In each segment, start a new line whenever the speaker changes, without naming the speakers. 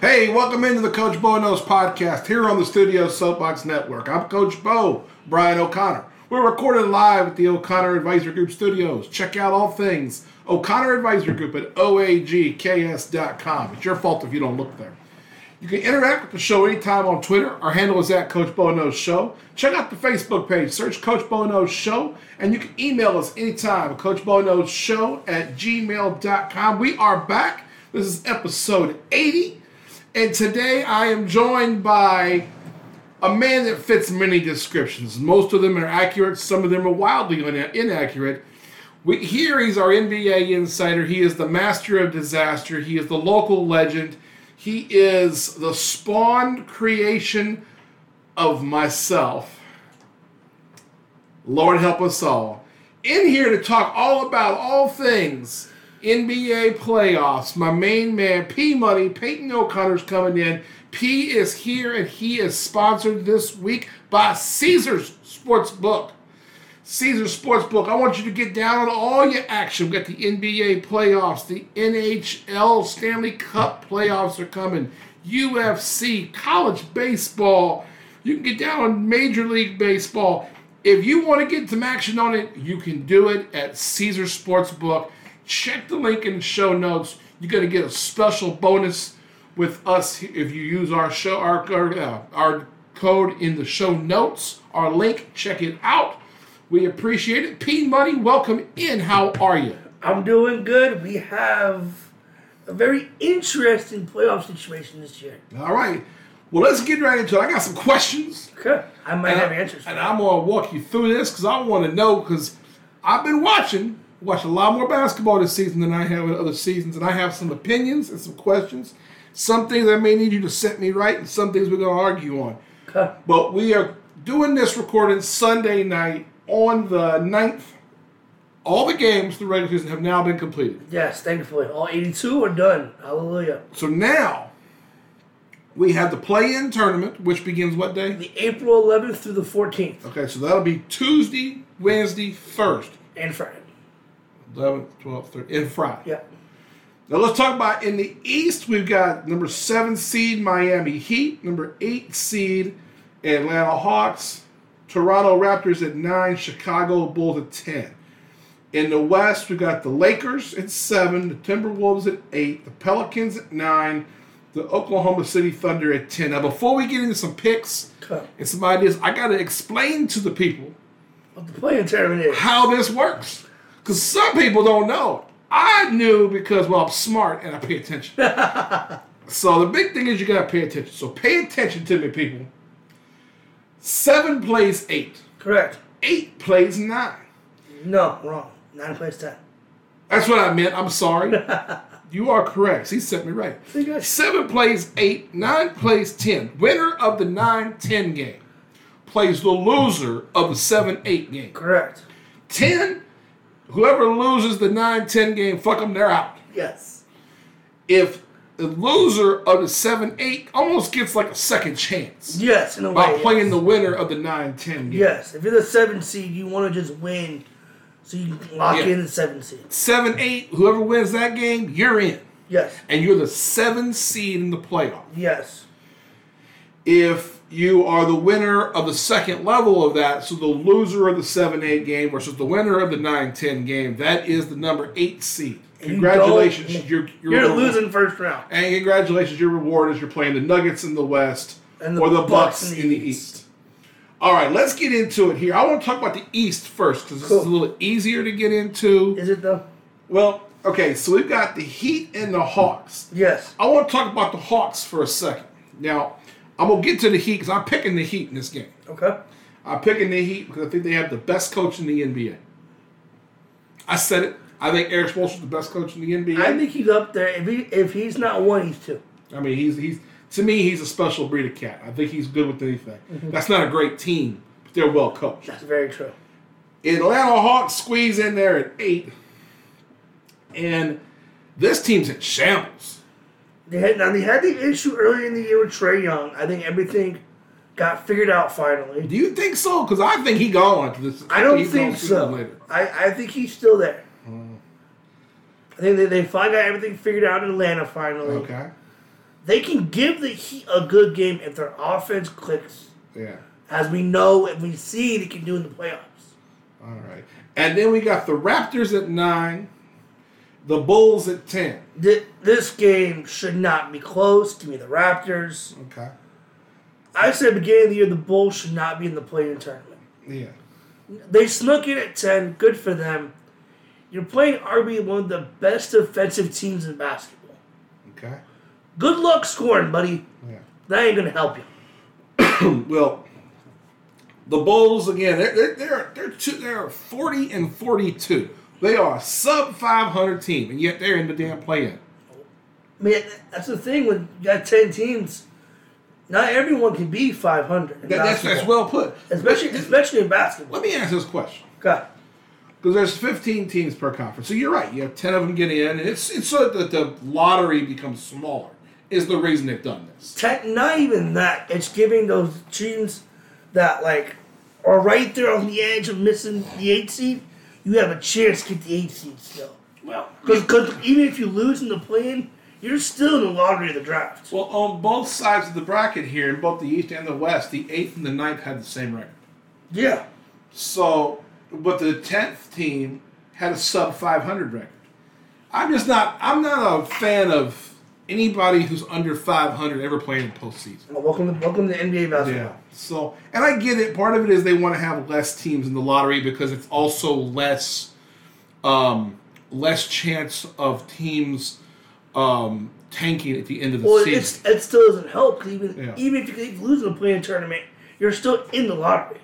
Hey, welcome into the Coach Bo Knows podcast here on the Studio Soapbox Network. I'm Coach Bo, Brian O'Connor. We're recorded live at the O'Connor Advisory Group studios. Check out all things O'Connor Advisory Group at oagks.com. It's your fault if you don't look there. You can interact with the show anytime on Twitter. Our handle is at Coach Bono Show. Check out the Facebook page, search Coach Bono Show, and you can email us anytime, Coach Bono Show at gmail.com. We are back. This is episode 80. And today I am joined by a man that fits many descriptions. Most of them are accurate, some of them are wildly in- inaccurate. We, here he's our NBA insider. He is the master of disaster. He is the local legend. He is the spawn creation of myself. Lord help us all. In here to talk all about all things NBA playoffs. My main man, P Money, Peyton O'Connor's coming in. P is here and he is sponsored this week by Caesars Sportsbook. Caesars Sportsbook. I want you to get down on all your action. We got the NBA playoffs, the NHL Stanley Cup playoffs are coming, UFC, college baseball. You can get down on Major League Baseball. If you want to get some action on it, you can do it at Caesars Sportsbook. Check the link in the show notes. You're going to get a special bonus with us if you use our show our our, uh, our code in the show notes, our link. Check it out. We appreciate it. P Money, welcome in. How are you?
I'm doing good. We have a very interesting playoff situation this year.
All right. Well, let's get right into it. I got some questions,
Okay. I might
and,
have answers. For
and
that.
I'm gonna walk you through this because I want to know because I've been watching, watched a lot more basketball this season than I have in other seasons, and I have some opinions and some questions. Some things I may need you to set me right, and some things we're gonna argue on.
Okay.
But we are doing this recording Sunday night on the 9th. All the games, the regular season, have now been completed.
Yes, thankfully. All 82 are done. Hallelujah.
So now we have the play-in tournament, which begins what day?
The April 11th through the 14th
Okay, so that'll be Tuesday, Wednesday, Thursday,
and Friday.
11th, 12th, 13th, and Friday.
Yeah.
Now let's talk about in the East. We've got number seven seed Miami Heat, number eight seed Atlanta Hawks, Toronto Raptors at nine, Chicago Bulls at ten. In the West, we've got the Lakers at seven, the Timberwolves at eight, the Pelicans at nine, the Oklahoma City Thunder at ten. Now before we get into some picks
Okay.
and some ideas, I gotta explain to the people
What the playing tournament is.
how this works. Because some people don't know. I knew because, well, I'm smart and I pay attention. so the big thing is you got to pay attention. So pay attention to me, people. Seven plays eight,
Correct.
eight plays nine.
No, wrong. Nine plays ten.
That's what I meant. I'm sorry. you are correct. He set me right.
See, guys.
Seven plays eight, nine plays ten. Winner of the 9 10 game plays the loser of the 7 8 game.
Correct.
10, whoever loses the 9 10 game, fuck them, they're out.
Yes.
If the loser of the 7 8 almost gets like a second chance
Yes, in a
by
way.
playing the winner of the 9 10 game.
Yes. If you're the seventh seed, you want to just win so you can lock
Yeah.
in the seventh seed.
7 8, whoever wins that game, you're in.
Yes.
And you're the 7 seed in the playoff.
Yes.
If you are the winner of the second level of that, so the loser of the 7 8 game versus the winner of the 9 10 game, that is the number 8 seed.
you don't-
Congratulations, you're, you're,
You're
the winner.
losing first round.
And congratulations, your reward is you're playing the Nuggets in the West
And the
or the
Bucks
Bucks in the, East. All right, let's get into it here. I want to talk about the East first because this is a
Cool.
little easier to get into.
Is it though?
Well, okay, so we've got the Heat and the Hawks.
Yes.
I want to talk about the Hawks for a second. Now, I'm going to get to the Heat because I'm picking the Heat in this game.
Okay.
I'm picking the Heat because I think they have the best coach in the NBA. I said it. I think Eric Spoelstra's the best coach in the NBA.
I think he's up there. If he if he's not one, he's two.
I mean, he's he's to me, he's a special breed of cat. I think he's good with anything.
Mm-hmm.
That's not a great team, but they're well coached.
That's very true.
Atlanta Hawks squeeze in there at eight, and this team's in shambles.
They had now they had the issue earlier in the year with Trey Young. I think everything got figured out finally.
Do you think so? Because I think he gone after this.
I don't
he's gone
think
sooner than
so. I, I think he's still there. I think they, they finally got everything figured out in Atlanta finally.
Okay.
They can give the Heat a good game if their offense clicks,
Yeah.
as we know and we see they can do in the playoffs.
All right. And then we got the Raptors at nine, the Bulls at ten.
Th- This game should not be close. Give me the Raptors.
Okay.
I said beginning of the year the Bulls should not be in the play-in tournament.
Yeah.
They snuck in at ten. Good for them. You're playing RB one of the best defensive teams in basketball.
Okay.
Good luck scoring, buddy.
Yeah.
That ain't gonna help you.
Well, the Bulls again. They're they're they're they're, two, they're forty and forty-two. They are a sub five hundred team, and yet they're in the damn play-in.
I mean, that's the thing when you got ten teams. Not everyone can be five hundred.
That, that's that's well put.
especially especially in basketball.
Let me ask this question.
God,
Because there's 15 teams per conference, so you're right. You have 10 of them get in, and it's it's so that the lottery becomes smaller. Is the reason they've done this?
tech, not even that. It's giving those teams that like are right there on the edge of missing the eight seed. You have a chance to get the eight seed still.
Well,
Because even if you lose in the play-in, you're still in the lottery of the draft.
Well, on both sides of the bracket here, in both the East and the West, the eighth and the ninth had the same record.
Yeah.
So, but the tenth team had a sub five hundred record. I'm just not. I'm not a fan of anybody who's under five hundred ever playing in postseason.
Well, welcome to welcome to NBA basketball.
Yeah. So, and I get it. Part of it is they want to have less teams in the lottery because it's also less, um, less chance of teams um, tanking at the end of the
Well,
season.
it's, it still doesn't help 'cause even
Yeah.
even if you keep losing the play-in tournament, you're still in the lottery.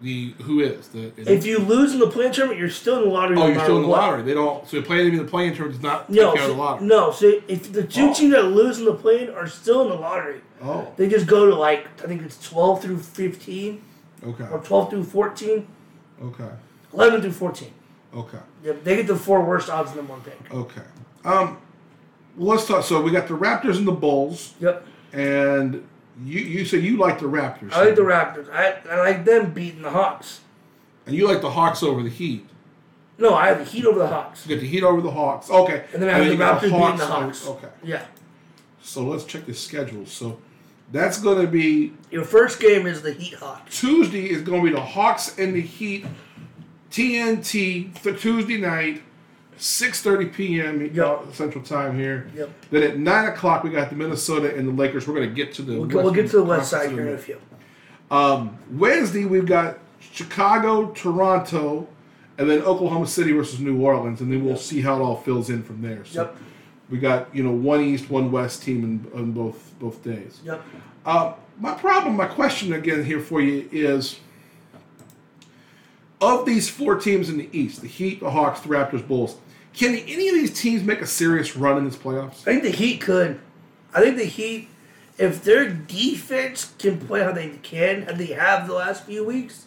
the who is the is
If you lose in the play-in tournament, you're still in the lottery.
Oh,
no
you're
matter
still in the
what.
lottery. They don't. So you're playing them in the playing tournament does not take
No,
out
so,
of the lottery.
no. So if the two
Oh.
teams that lose in the play-in are still in the lottery,
Oh,
they just go to like I think it's twelve through fifteen
Oh, okay,
or twelve through 14,
okay,
11 through fourteen.
okay,
Yeah, they get the four worst odds in the one pick.
okay. Um, well, let's talk. So we got the Raptors and the Bulls,
Yep.
and you you say you like the Raptors.
I like the Raptors. I, I like them beating the Hawks.
and you like the Hawks over the Heat.
No, I have the Heat over the Hawks.
You got the Heat over the Hawks. Okay,
And then I have the
you got
Raptors beating
over-
the Hawks.
Okay,
Yeah.
so let's check the schedule. So that's going to be
Your first game is the Heat Hawks.
Tuesday is going to be the Hawks and the Heat, TNT for Tuesday night, six thirty p.m. uh, Central Time here.
Yep.
Then at nine o'clock we got the Minnesota and the Lakers. We're going to get to the
We'll, get- we'll get to the West Side here in a
Conference.
few.
Wednesday we've got Chicago, Toronto, and then Oklahoma City versus New Orleans, and then we'll see how it all fills in from there. So
Yep.
we got you know one East, one West team in, on both both days.
Yep.
Uh, my problem, my question again here for you is of these four teams in the East, the Heat, the Hawks, the Raptors, Bulls, can any of these teams make a serious run in this playoffs?
I think the Heat could. I think the Heat, if their defense can play how they can, and they have the last few weeks,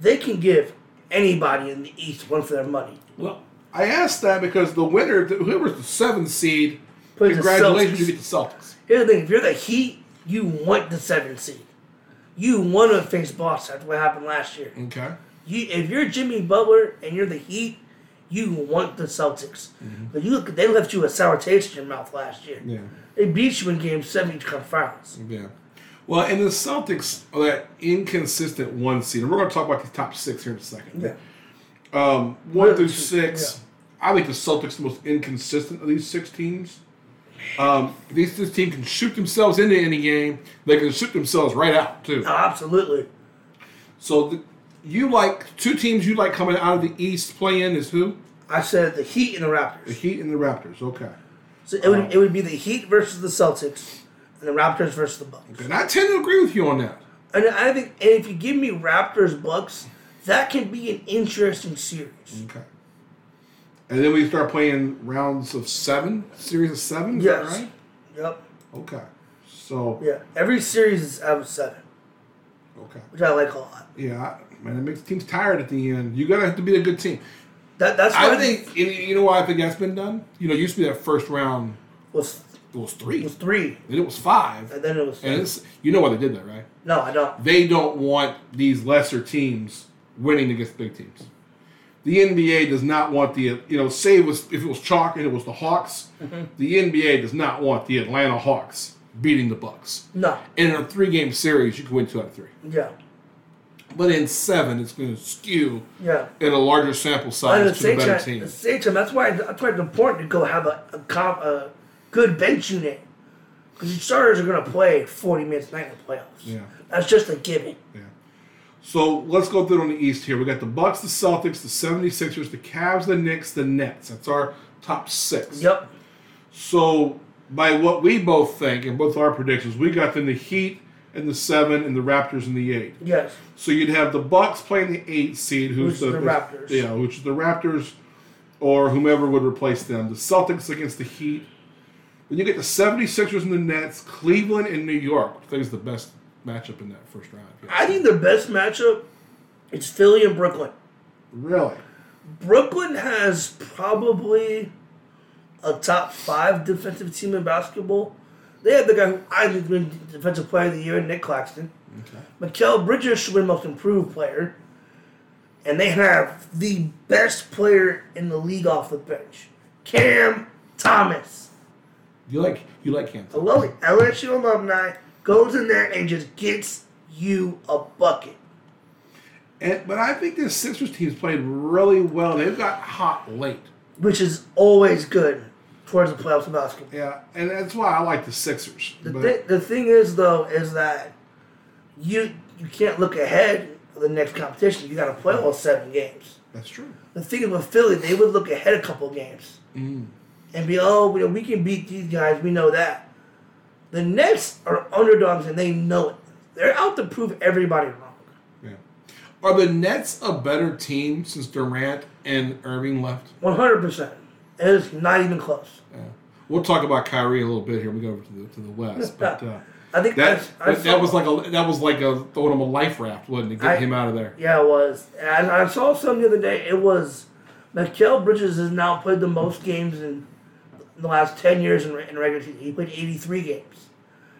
they can give anybody in the East one for their money.
Well, I asked that because the winner, whoever's the seventh seed,
Plays the
congratulations,
Celtics.
you get the Celtics.
Here's the thing: if you're the Heat, you want the seven seed. You want to face Boston after what happened last year.
Okay.
You, if you're Jimmy Butler and you're the Heat, you want the Celtics. But you look, they left you a sour taste in your mouth last year.
Yeah. Mm.
They beat you in Game Seven to come finals.
Yeah. Well, and the Celtics are that inconsistent one seed. And we're going to talk about these top six here in a second.
Yeah.
Um, one
Really,
through six, I think the Celtics the most inconsistent of these six teams. Um, these this team can shoot themselves into any game. They can shoot themselves right out too.
Oh, absolutely.
So the, you like two teams you like coming out of the East playing is who?
I said the Heat and the Raptors.
The Heat and the Raptors. Okay.
So it
Uh-huh.
would it would be the Heat versus the Celtics, and the Raptors versus the Bucks.
And I tend to agree with you on that.
And I think and if you give me Raptors Bucks, that can be an interesting series.
Okay. And then we start playing rounds of seven, series of seven. Is
Yes.
that right?
Yep.
Okay. So
Yeah. Every series is out of seven,
okay.
which I like a lot.
Yeah, I- man, it makes teams tired at the end. You gotta have to be a good team.
That that's why
I think you- you know why I think that's been done. You know, it used to be that first round
was
it was three,
was three,
then it was five,
and then it was
and it's you know why they did that, right?
no, I don't.
They don't want these lesser teams winning against big teams. The NBA does not want the you know say it was if it was chalk and it was the Hawks, the NBA does not want the Atlanta Hawks beating the Bucks.
No.
And in a three game series, you can win two out of three,
Yeah.
but in seven, it's going to skew
Yeah.
in a larger sample
But
size
at the
to the
same
better
time,
team.
at the same time, that's why that's why it's important to go have a a, comp, a good bench unit because your starters are going to play forty minutes a night in the playoffs.
Yeah.
That's just a given.
So let's go through it on the East here. We got the Bucks, the Celtics, the 76ers, the Cavs, the Knicks, the Nets. That's our top six.
Yep.
So by what we both think and both our predictions, we got them the Heat and the seven and the Raptors and the eight.
Yes.
So you'd have the Bucks playing the eight seed, who's
Who's the Raptors.
Yeah, which is the Raptors or whomever would replace them. The Celtics against the Heat. Then you get the 76ers and the Nets, Cleveland and New York, which I think is the best matchup in that first round. Yeah.
I think the best matchup is Philly and Brooklyn.
Really?
Brooklyn has probably a top five defensive team in basketball. They had the guy who I think has been defensive player of the year, Nick Claxton.
Okay.
Mikel Bridges should win most improved player. And they have the best player in the league off the bench. Cam Thomas.
You like you like Cam.
I love it. LSU alumni goes in there and just gets you a bucket.
And, but I think this Sixers team's played really well. They've got hot late.
Which is always good towards the playoffs of basketball.
Yeah, and that's why I like the Sixers.
The,
But-
thi- the thing is, though, is that you you can't look ahead of the next competition. You got to play all seven games.
that's true.
The thing is with Philly, they would look ahead a couple games
Mm.
and be, oh, we, we can beat these guys. We know that. The Nets are underdogs and they know it. They're out to prove everybody wrong.
Yeah. Are the Nets a better team since Durant and Irving left?
One hundred percent. It's not even close.
Yeah. We'll talk about Kyrie a little bit here. when We go over to the to the West, but uh,
I think
that
I, I
that, that
saw-
was like a that was like a throwing him a life raft, wasn't it? Getting
I-
him out of there.
Yeah, it was. And I, I saw some the other day. It was Mikael Bridges has now played the most games in the last 10 years in, re- in regular season. He played 83 games.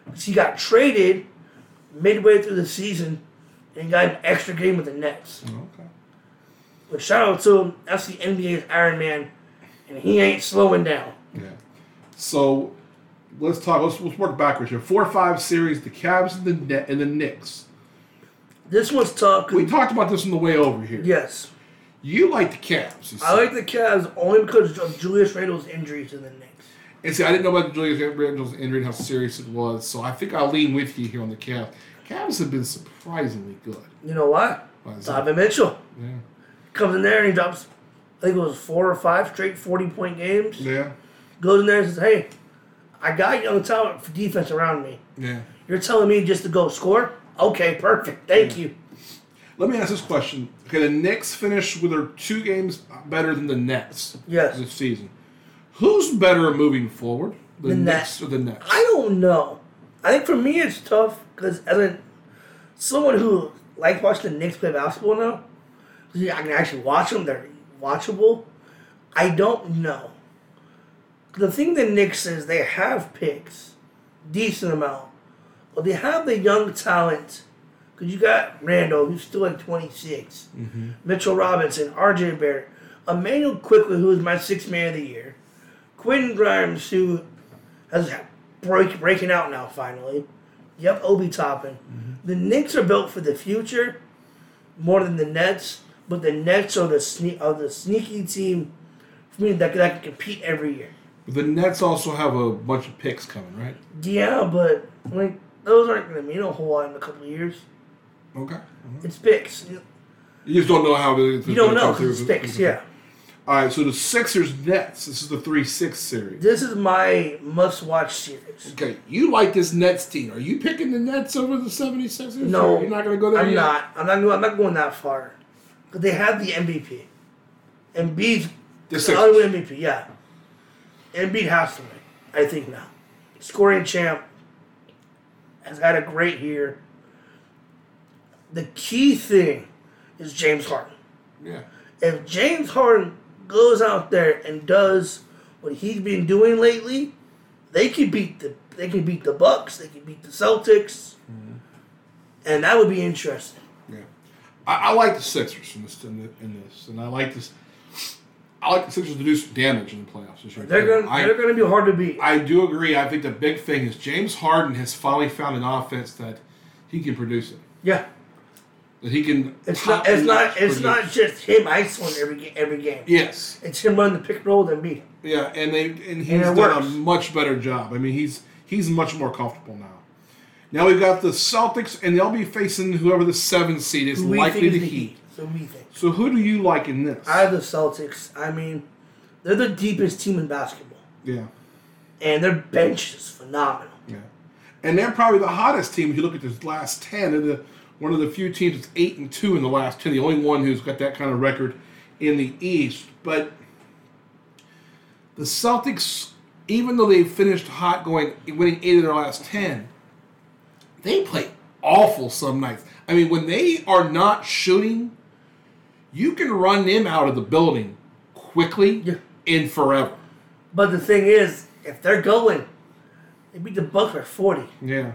'Cause He got traded midway through the season and got an extra game with the Nets.
Okay.
But shout out to him. That's the NBA's Iron Man, and he ain't slowing down.
Yeah. So let's talk. Let's, let's work backwards here. Four five series: the Cavs and the Net and the Knicks.
This one's tough. 'cause-
We talked about this on the way over here.
yes.
You like the Cavs. you
I
said.
like the Cavs only because of Julius Randle's injury to the Knicks.
and see, I didn't know about Julius Randle's injury and how serious it was, so I think I'll lean with you here on the Cavs. Cavs have been surprisingly good.
You know what?
Why is that?
Donovan Mitchell.
Yeah.
comes in there and he drops, I think it was four or five straight 40 point games.
Yeah.
Goes in there and says, Hey, I got you on the talent for defense around me.
Yeah.
You're telling me just to go score? Okay, perfect. Thank you.
Let me ask this question. Okay, the Knicks finished with their two games better than the Nets
Yes.
this season. Who's better moving forward? The,
The
Knicks
Nets.
or the Nets?
I don't know. I think for me it's tough because as a, someone who like watching the Knicks play basketball now, 'cause I can actually watch them. They're watchable. I don't know. The thing the Knicks is they have picks, decent amount, but they have the young talent. Cause you got Randall, who's still like twenty Mitchell Robinson, R.J. Barrett, Emmanuel Quickly, who is my sixth man of the year, Quinn Grimes, who has break, breaking out now finally. Yep, Obi Toppin. The Knicks are built for the future more than the Nets, but the Nets are the sne- are the sneaky team for me that, that can compete every year.
the Nets also have a bunch of picks coming, right?
Yeah, but like those aren't going to mean a whole lot in a couple of years.
Okay.
It's picks. You
You just don't know how it's
don't know because it's picks. Yeah,
All right, so the Sixers Nets. This is the three six series.
this is my must-watch series.
Okay, you like this Nets team. Are you picking the Nets over the 76ers?
No,
You're not going to go there
I'm
yet?
not. I'm not. I'm not going that far. But they have the MVP. Embiid's
The
The
Sixers.
other MVP, yeah. Embiid has to win, I think now. Scoring champ has had a great year. The key thing is James Harden.
Yeah.
If James Harden goes out there and does what he's been doing lately, they can beat the they can beat the
Mm-hmm.
Bucks, they can beat the Celtics, and that would be interesting.
Yeah. I, I like the Sixers in this, in, the, in this, and I like this. I like the Sixers to do some damage in the playoffs this year.
They're gonna
I,
they're gonna be hard to beat.
I do agree. I think the big thing is James Harden has finally found an offense that he can produce it.
yeah,
That he can.
it's not it's not it's not
produce.
just him isolating every game, every game.
Yes.
It's him running the pick and roll than me.
Yeah, and they and he's
it
done
works.
a much better job. I mean, he's he's much more comfortable now. Now we've got the Celtics, and they'll be facing whoever the seventh seed is
Who we
likely
think
to
is
heat.
the Heat. So we think.
So who do you like in this?
I have the Celtics. I mean, they're the deepest team in basketball,
yeah,
and their bench is phenomenal.
yeah, and they're probably the hottest team. If you look at this last ten, and the one of the few teams that's eight and two in the last ten. The only one who's got that kind of record in the East. But the Celtics, even though they finished hot, going winning eight of their last ten, they play awful some nights. I mean, when they are not shooting, you can run them out of the building quickly
Yeah.
and forever.
But the thing is, if they're going, they beat the Bucks by forty.
Yeah.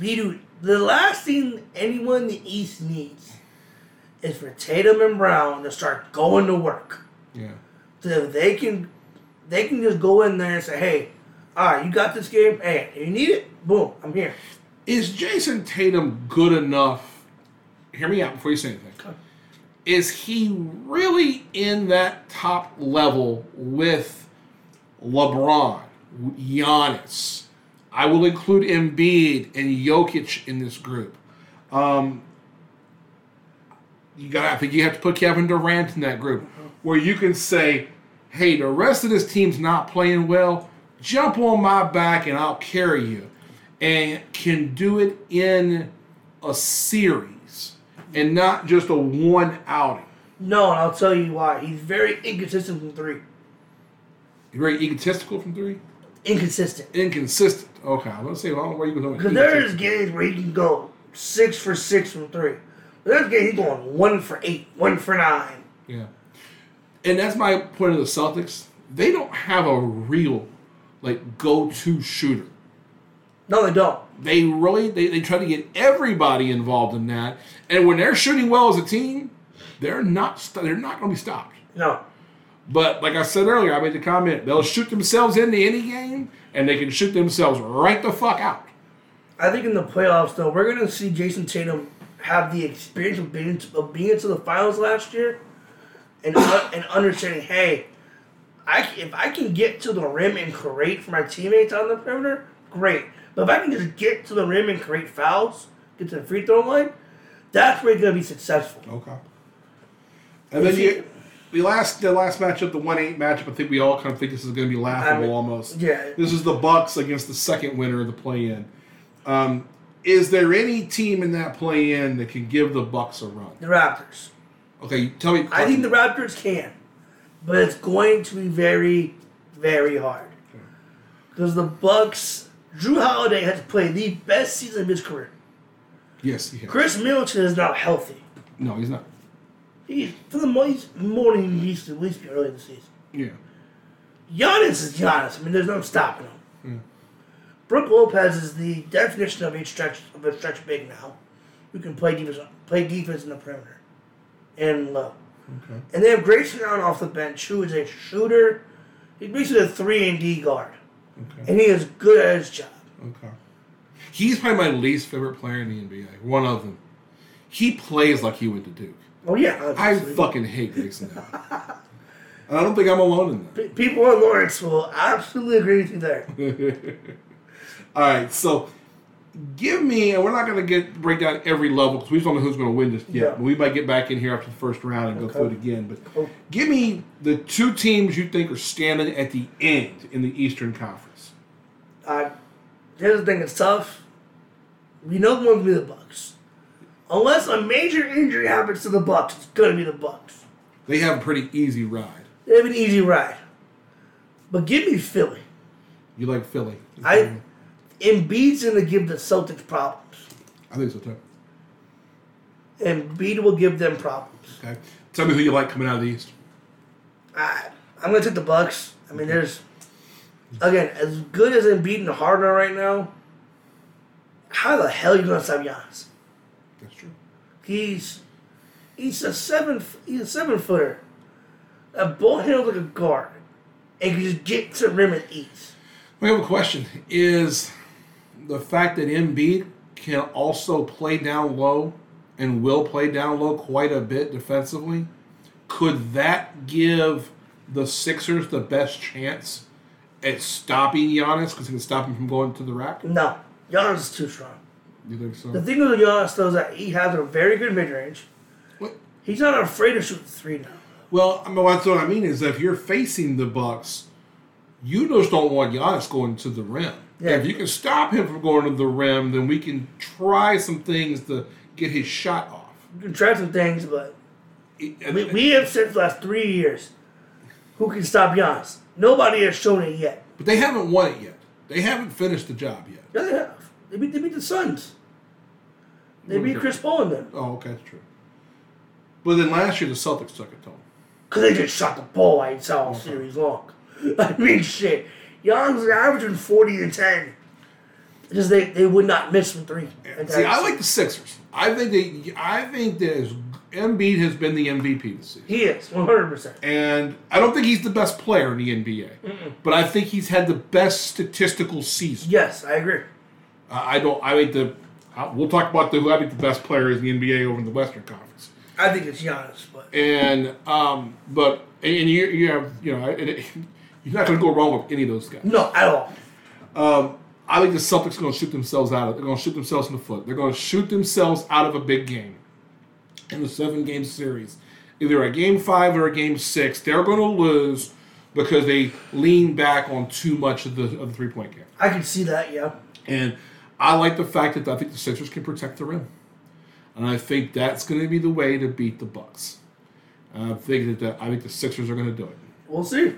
We do the last thing anyone in the East needs is for Tatum and Brown to start going to work.
Yeah.
So if they can, they can just go in there and say, "Hey, all right, you got this game. Hey, you need it. Boom, I'm here."
Is Jason Tatum good enough? Hear me out before you say anything. Is he really in that top level with LeBron, Giannis? I will include Embiid and Jokic in this group. Um, you got. I think you have to put Kevin Durant in that group, where you can say, "Hey, the rest of this team's not playing well. Jump on my back and I'll carry you," and can do it in a series and not just a one outing.
No, and I'll tell you why. He's very inconsistent from three.
Very egotistical from three.
Inconsistent.
Inconsistent. Okay, I'm gonna say, well, where you going?
Because there's games where he can go six for six from three. But there's games he's going one for eight, one for nine.
Yeah. And that's my point of the Celtics. They don't have a real, like, go to shooter.
No, they don't.
They really they, they try to get everybody involved in that. And when they're shooting well as a team, they're not st- they're not going to be stopped.
No.
But like I said earlier, I made the comment they'll shoot themselves into any game, and they can shoot themselves right the fuck out.
I think in the playoffs, though, we're going to see Jason Tatum have the experience of being, of being to the finals last year and, un- and understanding, hey, I, c- if I can get to the rim and create for my teammates on the perimeter, great. But if I can just get to the rim and create fouls, get to the free throw line, that's where he's going to be successful.
Okay. And then you, the last the last matchup, the one eight matchup. I think we all kind of think this is going to be laughable
I mean,
almost.
yeah.
This is the Bucks against the second winner of the play in. Um, is there any team in that play in that can give the Bucks a run?
The Raptors.
Okay, tell me.
I think the Raptors can, but it's going to be very, very hard because the Bucks. Drew Holiday has played the best season of his career.
yes, he has.
Chris Middleton is not healthy.
No, he's not.
He's for the most more than he used to at least be early in the season.
Yeah,
Giannis is Giannis. I mean, there's no stopping him. Brooke Lopez is the definition of a stretch of a stretch big now, who can play defense, play defense in the perimeter, and low.
Okay.
And they have Grayson Allen off the bench, who is a shooter. He's basically a three and D guard,
okay,
and he is good at his job.
okay. He's probably my least favorite player in the NBA. One of them. He plays like he went to Duke.
Oh yeah,
I
obviously.
fucking hate Grayson Allen. and I don't think I'm alone in that.
P- people in Lawrence will absolutely agree with you there.
All right, so give me, and we're not going to get break down every level because we just don't know who's going to win this yet.
Yeah.
But we might get back in here after the first round and go
Okay.
through it again. But
Cool.
give me the two teams you think are standing at the end in the Eastern Conference.
Uh, here's the thing: it's tough. We know it's going to be the Bucks, unless a major injury happens to the Bucks. It's going to be the Bucks.
They have a pretty easy ride.
They have an easy ride, but give me Philly.
You like Philly?
I Embiid's going to give the Celtics problems.
I think so too.
Embiid will give them problems.
Okay, tell me who you like coming out of the East.
I, I'm going to take the Bucks. I mean, there's again as good as Embiid and Harden are right now. How the hell are you going to stop Giannis?
That's true.
He's He's a seven. He's a seven footer. A ball handles like a guard, and can just get to the rim and ease.
We have a question. Is the fact that Embiid can also play down low and will play down low quite a bit defensively, could that give the Sixers the best chance at stopping Giannis because he can stop him from going to the rack?
No, Giannis is too strong.
You think
The
so?
thing with Giannis though is that he has a very good mid range.
What-
He's not afraid to shoot the three now.
Well, I mean, that's what I mean is if you're facing the Bucks, you just don't want Giannis going to the rim.
Yeah.
If you can stop him from going to the rim, then we can try some things to get his shot off.
You can try some things, but
It-
we, we have said for the last three years, who can stop Giannis? Nobody has shown it yet.
But they haven't won it yet. They haven't finished the job yet.
Yeah, they have. They beat, they beat the Suns. They
What
beat
was
Chris Paul and them.
Oh, okay, that's true. But then last year the Celtics took it to them.
Because they just shot the ball I saw all series long. I mean, shit. Giannis was averaging 40 and 10. Because they, they would not miss from three. And
See, I
that's-
like the Sixers. I think they. I think that is- Embiid has been the MVP this season,
He is, 100%.
and I don't think he's the best player in the NBA, but I think he's had the best statistical season.
Yes, I agree.
I I don't. I think the. I- We'll talk about the. I think the best player is in the NBA over in the Western Conference.
I think it's Giannis, but
and um, but and you you have you know and it, you're not going to go wrong with any of those guys.
no, at all.
I think the Celtics are going to shoot themselves out of. They're going to shoot themselves in the foot. They're going to shoot themselves out of a big game in the seven game series, either a game five or a game six. They're going to lose because they lean back on too much of the of the three point game.
I can see that, yeah.
And I like the fact that I think the Sixers can protect the rim, and I think that's going to be the way to beat the Bucks. I think that the, I think the Sixers are going to do it.
We'll see.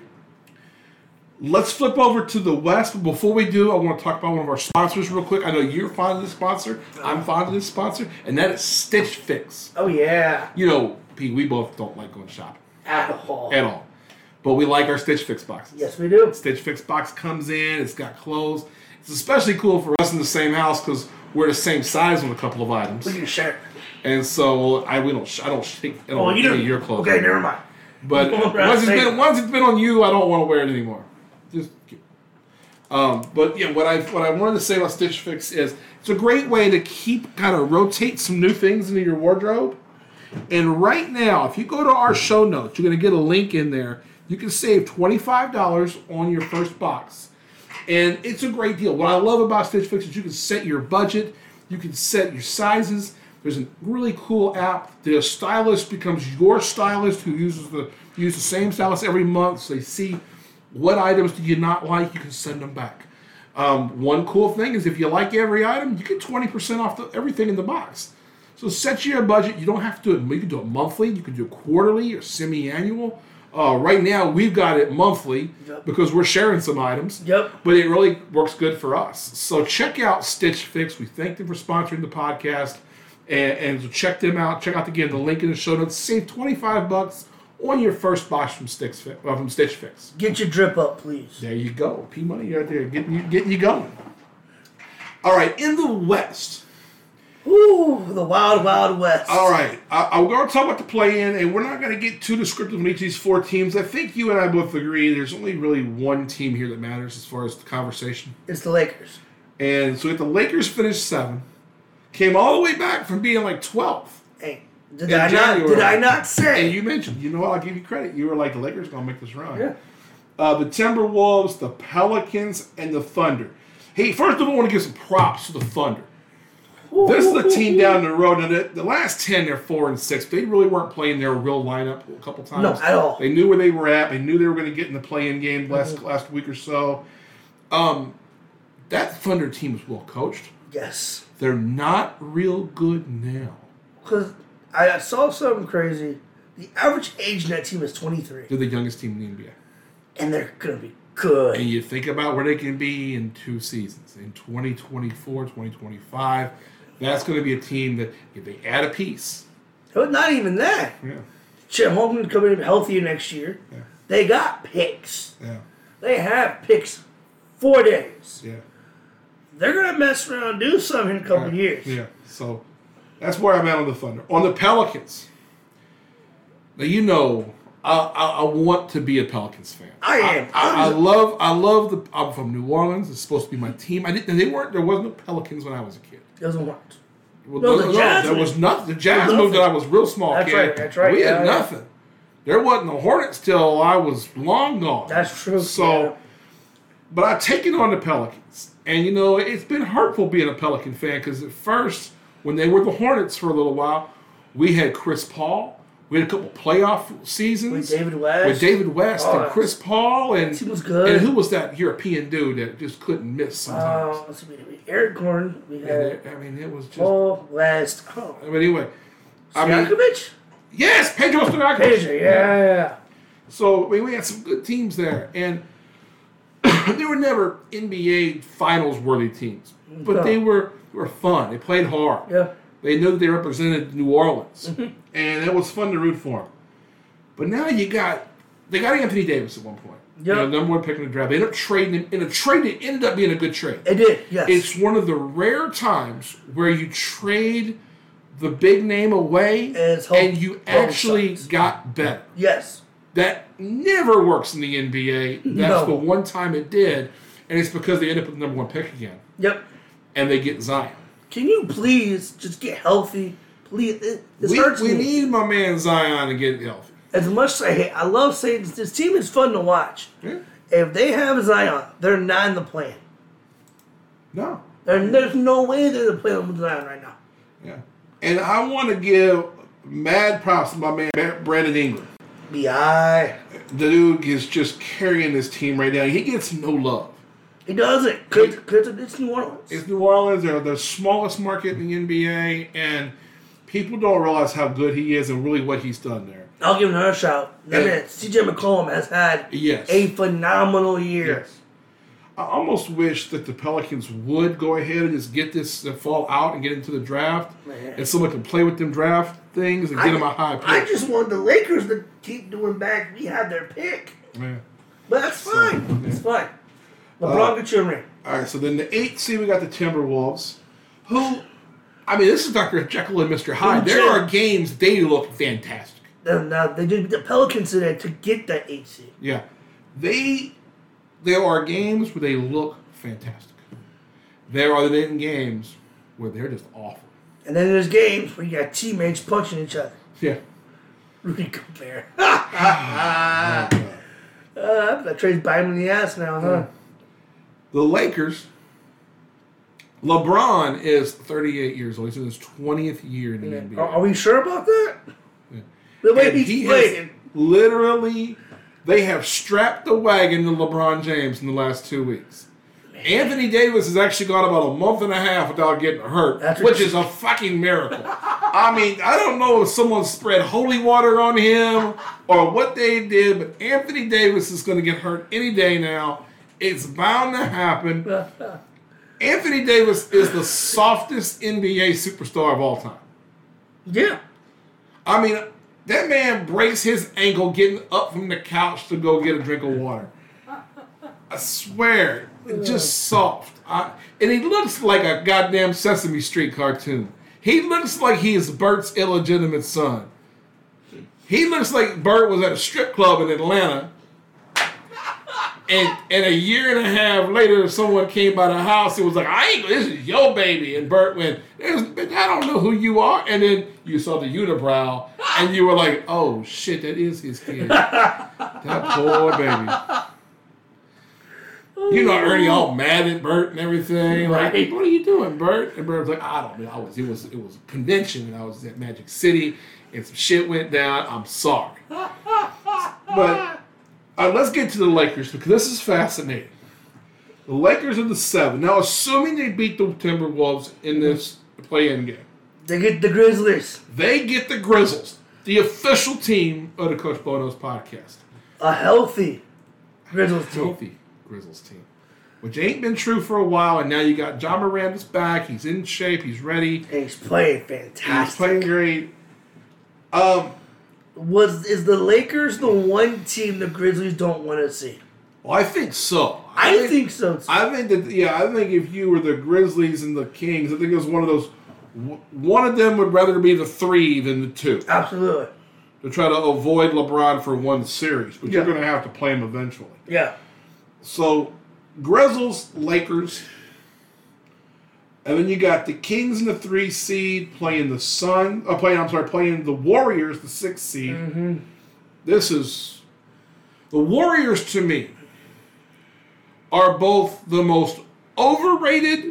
Let's flip over to the West. But before we do, I want to talk about one of our sponsors real quick. I know you're fond of this sponsor. I'm fond of this sponsor, and that is Stitch Fix.
Oh, yeah.
You know, Pete, we both don't like going shopping
At all.
at all, but we like our Stitch Fix boxes.
Yes, we do.
Stitch Fix box comes in. It's got clothes. It's especially cool for us in the same house because we're the same size on a couple of items,
We can share.
and so I we don't sh- I don't shake I don't
Oh, you
any
do.
of your clothes.
Okay, never mind.
But
All right,
once it's
thank
been
you.
once it's been on you, I don't want to wear it anymore. Just, um, but yeah, what I what I wanted to say about Stitch Fix is it's a great way to keep kind of rotate some new things into your wardrobe. And right now, if you go to our show notes, you're going to get a link in there. You can save twenty five dollars on your first box, and it's a great deal. What I love about Stitch Fix is you can set your budget, you can set your sizes. There's a really cool app. The stylist becomes your stylist who uses the use the same stylist every month. So they see what items do you not like, you can send them back. Um, one cool thing is if you like every item, you get 20% off the, everything in the box. So set your budget. You don't have to do it. You can do it monthly. You can do it quarterly or semi-annual. Uh, right now, we've got it monthly
Yep.
because we're sharing some items.
Yep.
But it really works good for us. So check out Stitch Fix. We thank them for sponsoring the podcast, and, and check them out. Check out again the link in the show notes. Save twenty five bucks on your first box from Stitch Fix. Uh, from Stitch Fix.
Get your drip up, please.
There you go. P money right there, getting you, getting you going. All right, in the West.
Ooh, the wild, wild west.
All right, I, I'm going to talk about the play-in, and we're not going to get too descriptive on each of these four teams. I think you and I both agree there's only really one team here that matters as far as the conversation.
It's the Lakers.
And so if the Lakers finished seven, came all the way back from being like 12th,
Hey, did
In
I not?
January.
Did I not
and
say?
you mentioned, you know what, I'll give you credit. You were like, the Lakers going to make this run.
Yeah.
Uh, the Timberwolves, the Pelicans, and the Thunder. Hey, first of all, I want to give some props to the Thunder. This is the team down the road. Now, the, the last 10, they're 4 and 6. They really weren't playing their real lineup a couple times.
No, at all. Mm-hmm.
They knew where they were at. They knew they were going to get in the play-in game last last week or so. Um, that Thunder team is well coached.
Yes,
They're not real good now.
because I saw something crazy. The average age in that team is 23,
They're the youngest team in the NBA.
and they're gonna be
And
good.
you think about where they can be in two seasons, in 2024, 2025. That's going to be a team that if they add a piece.
But not even that.
Yeah.
Chet Holmgren coming in healthier next year.
Yeah.
They got picks.
Yeah.
They have picks. Four days.
Yeah.
They're gonna mess around, and do something in a couple years.
Yeah. So that's where I'm at on the Thunder. On the Pelicans, Now you know, I, I, I want to be a Pelicans fan.
I am.
I, I
I'm-
love I love the. I'm from New Orleans. It's supposed to be my team. I didn't. They weren't. There was no Pelicans when I was a kid.
Doesn't want.
Well,
No, the Jazz
there
were-
was nothing. The Jazz
were
moved
nothing.
when I was real small
That's
kid.
right, that's right,
We
yeah,
had
yeah.
nothing. There wasn't the Hornets till I was long gone.
That's true,
So,
yeah.
but I take it on the Pelicans, and you know it's been hurtful being a Pelican fan because at first when they were the Hornets for a little while, we had Chris Paul. We had a couple playoff seasons
With David West.
with David West
Oh,
and Chris Paul, and
team was good.
And who was that European dude that just couldn't miss sometimes?
Uh, so we, we, Eric Gordon. We
And
had
it- I mean, it was just.
Paul West. Oh,
but anyway, I mean,
Stojakovic?
Yes, Pedro Stojakovic.
Pedro, yeah.
So I mean, we had some good teams there, and they were never NBA Finals worthy teams, but
No.
they were they were fun. They played hard.
Yeah. Mm-hmm.
They knew that they represented New Orleans, and it was fun to root for them. But now you got they got Anthony Davis at one point. You
Yeah.
know, number one pick in the draft. They ended up trading him in a trade that ended up being a good trade.
It did, yes.
It's one of the rare times where you trade the big name away
It's hope-
and you
hope
actually
sucks.
got better.
yes.
That never works in the NBA. That's
No.
the one time it did, and it's because they end up with the number one pick again,
Yep.
and they get Zion.
Can you please just get healthy? Please. It, this
We,
hurts
we
me.
need my man Zion to get healthy.
as much as I hate, I love saying this, this team is fun to watch.
Yeah.
If they have Zion, they're not in the plan.
No,
There, there's no way they're the plan with Zion right now.
yeah, and I want to give mad props to my man Bar- Brandon Ingram.
Bi,
The dude is just carrying this team right now. He gets no love.
he doesn't. Cause, 'cause it's New Orleans.
It's New Orleans. They're the smallest market in the NBA, and people don't realize how good he is and really what he's done there.
I'll give another shout. That
Yeah.
man, CJ McCollum has had
Yes.
a phenomenal year.
I almost wish that the Pelicans would go ahead and just get this and fall out and get into the draft,
Man.
and someone can play with them draft things and get them a high pick.
I just want the Lakers to keep doing back. We have their pick,
Yeah.
but that's fine. It's fine.
Uh,
LeBron gets you a ring.
All right, so then the eight seed we got the Timberwolves, who, I mean, this is Dr. Jekyll and Mr. Hyde. There
Jekyll.
are games they look fantastic.
Then now they did the Pelicans today to get that eight seed.
Yeah, they there are games where they look fantastic. There are then games where they're just awful.
And then there's games where you got teammates punching each other.
Yeah.
Rudy Gobert. uh,
Ah,
that trade's biting me in the ass now, huh?
the Lakers. LeBron is 38 years old. He's in his 20th year in the NBA.
Are, are we sure about that? The way
And
he's
he has
playing.
literally, they have strapped the wagon to LeBron James in the last two weeks. Anthony Davis has actually gone about a month and a half without getting hurt,
That's
which
what-
is a fucking miracle. I mean, I don't know if someone spread holy water on him or what they did, but Anthony Davis is going to get hurt any day now. It's bound to happen. Anthony Davis is the softest NBA superstar of all time.
Yeah.
I mean, that man breaks his ankle getting up from the couch to go get a drink of water. I swear, just soft. I, and he looks like a goddamn Sesame Street cartoon. He looks like he is Bert's illegitimate son. He looks like Bert was at a strip club in Atlanta. And, and a year and a half later, someone came by the house and was like, "I ain't. This is your baby." And Bert went, "There's- "Bitch, I don't know who you are." And then you saw the unibrow, and you were like, "Oh shit, that is his kid. that poor baby." You know, Ernie all mad at Bert and everything. Like,
Right.
what are you doing, Bert? And Bert was like, "I don't know. I was. It was. It was a convention, and I was at Magic City, and some shit went down. I'm sorry." But uh, let's get to the Lakers because this is fascinating. The Lakers are the seven. Now, assuming they beat the Timberwolves in this play in game,
They get the Grizzlies.
they get the Grizzles, the official team of the Coach Bono's podcast.
A healthy Grizzlies team.
Healthy Grizzles team. Which ain't been true for a while, and now you got John Miranda's back. He's in shape. He's ready.
And he's playing
He's
fantastic.
playing great. Um,
Was is the Lakers the one team the Grizzlies don't want to see?
well, I think so.
I think so. too.
I think that yeah, I think if you were the Grizzlies and the Kings, I think it was one of those. w- One of them would rather be the three than the two.
Absolutely.
to try to avoid LeBron for one series, but you're
Yeah.
going to have to play him eventually.
Yeah.
So Grizzles, Lakers, and then you got the Kings in the three seed playing the Sun. Uh, playing, I'm sorry, playing the Warriors, the six seed. This is the Warriors to me are both the most overrated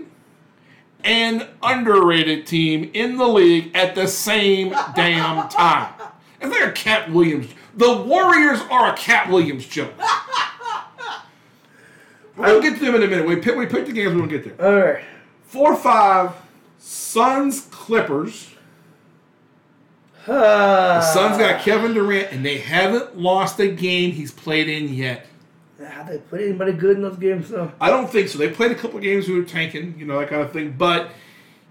and underrated team in the league at the same damn time. It's like a Cat Williams. The Warriors are a Cat Williams joke. We'll get to them in a minute. We pick, we pick the games. We'll get there.
All right.
Four five, Suns Clippers.
Uh,
Suns got Kevin Durant, and they haven't lost a game he's played in yet.
Have they put anybody good in those games though?
I don't think so. They played a couple games we were tanking, you know that kind of thing. But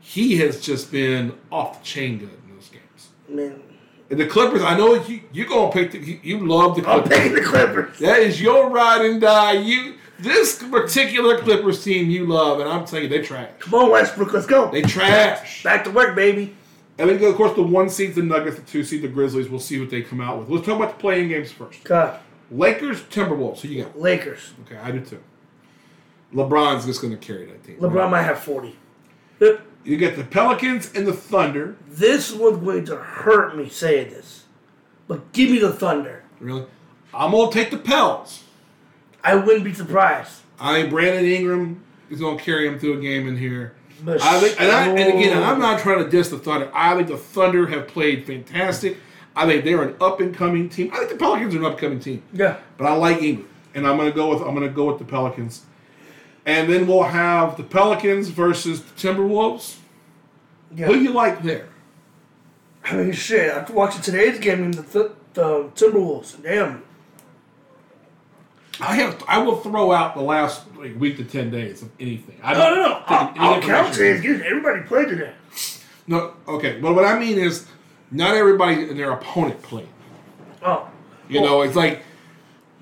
he has just been off the chain good in those games.
I mean,
And the Clippers, I know you you gonna pick the you, you love the
I'm
Clippers.
picking the Clippers.
That is your ride and die. You this particular Clippers team you love, and I'm telling you they trash.
Come on, Westbrook, let's go.
They trash.
Back to work, baby.
And then, of course, the one seed, the Nuggets, the two seed, the Grizzlies. We'll see what they come out with. Let's talk about the playing games first.
God,
Lakers, Timberwolves. Who you got?
Lakers.
Okay, I do too. LeBron's just going to carry that team.
LeBron might have forty. Yep.
You get the Pelicans and the Thunder.
This one's going to hurt me saying this, but give me the Thunder.
Really? I'm going to take the Pels.
I wouldn't be surprised.
I think Brandon Ingram is going to carry him through a game in here.
But
I think, and, I, and again,
so-
I'm not trying to diss the Thunder. I think the Thunder have played fantastic. I think they're an up and coming team. I think the Pelicans are an up and coming team.
Yeah.
But I like Ingram, and I'm gonna go with I'm gonna go with the Pelicans, and then we'll have the Pelicans versus the Timberwolves.
Yeah.
Who you like there?
I mean, shit. After watching today's game, the, th- the Timberwolves. Damn.
I have I will throw out the last like, week to ten days of anything. I
No,
don't
no, no.
take
I'll,
any
I'll count
information.
today's game. Everybody played today.
No, okay. But what I mean is, not everybody and their opponent played.
Oh,
You know, it's like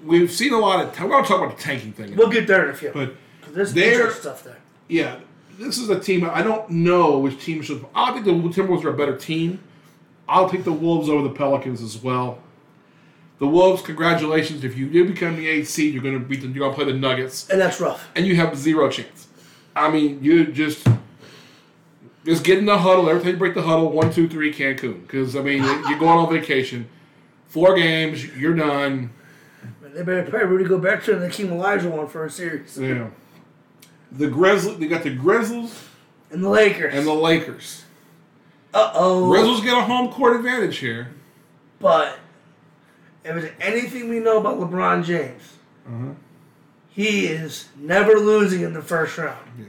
we've seen a lot of. We're gonna talk about the tanking thing,
we'll get there in a few.
but
'Cause there's
there-
interesting stuff there.
Yeah, this is a team. I don't know which team should. I think the Timberwolves are a better team. I'll take the Wolves over the Pelicans as well. The Wolves, congratulations! If you do become the eighth seed, you're going to beat them. You're going to play the Nuggets,
And that's rough.
and you have zero chance. I mean, you just just get in the huddle. Every time you break the huddle, one, two, three, Cancun. Because I mean, you're going on vacation. Four games, you're done.
Man, they better pay Rudy Gobert and the King Elijah one for a series.
Yeah. The Grizzlies, they got the Grizzlies
And the Lakers.
and the Lakers.
uh oh.
Grizzlies get a home court advantage here.
But if there's anything we know about LeBron James,
Mm-hmm.
he is never losing in the first round.
Yeah.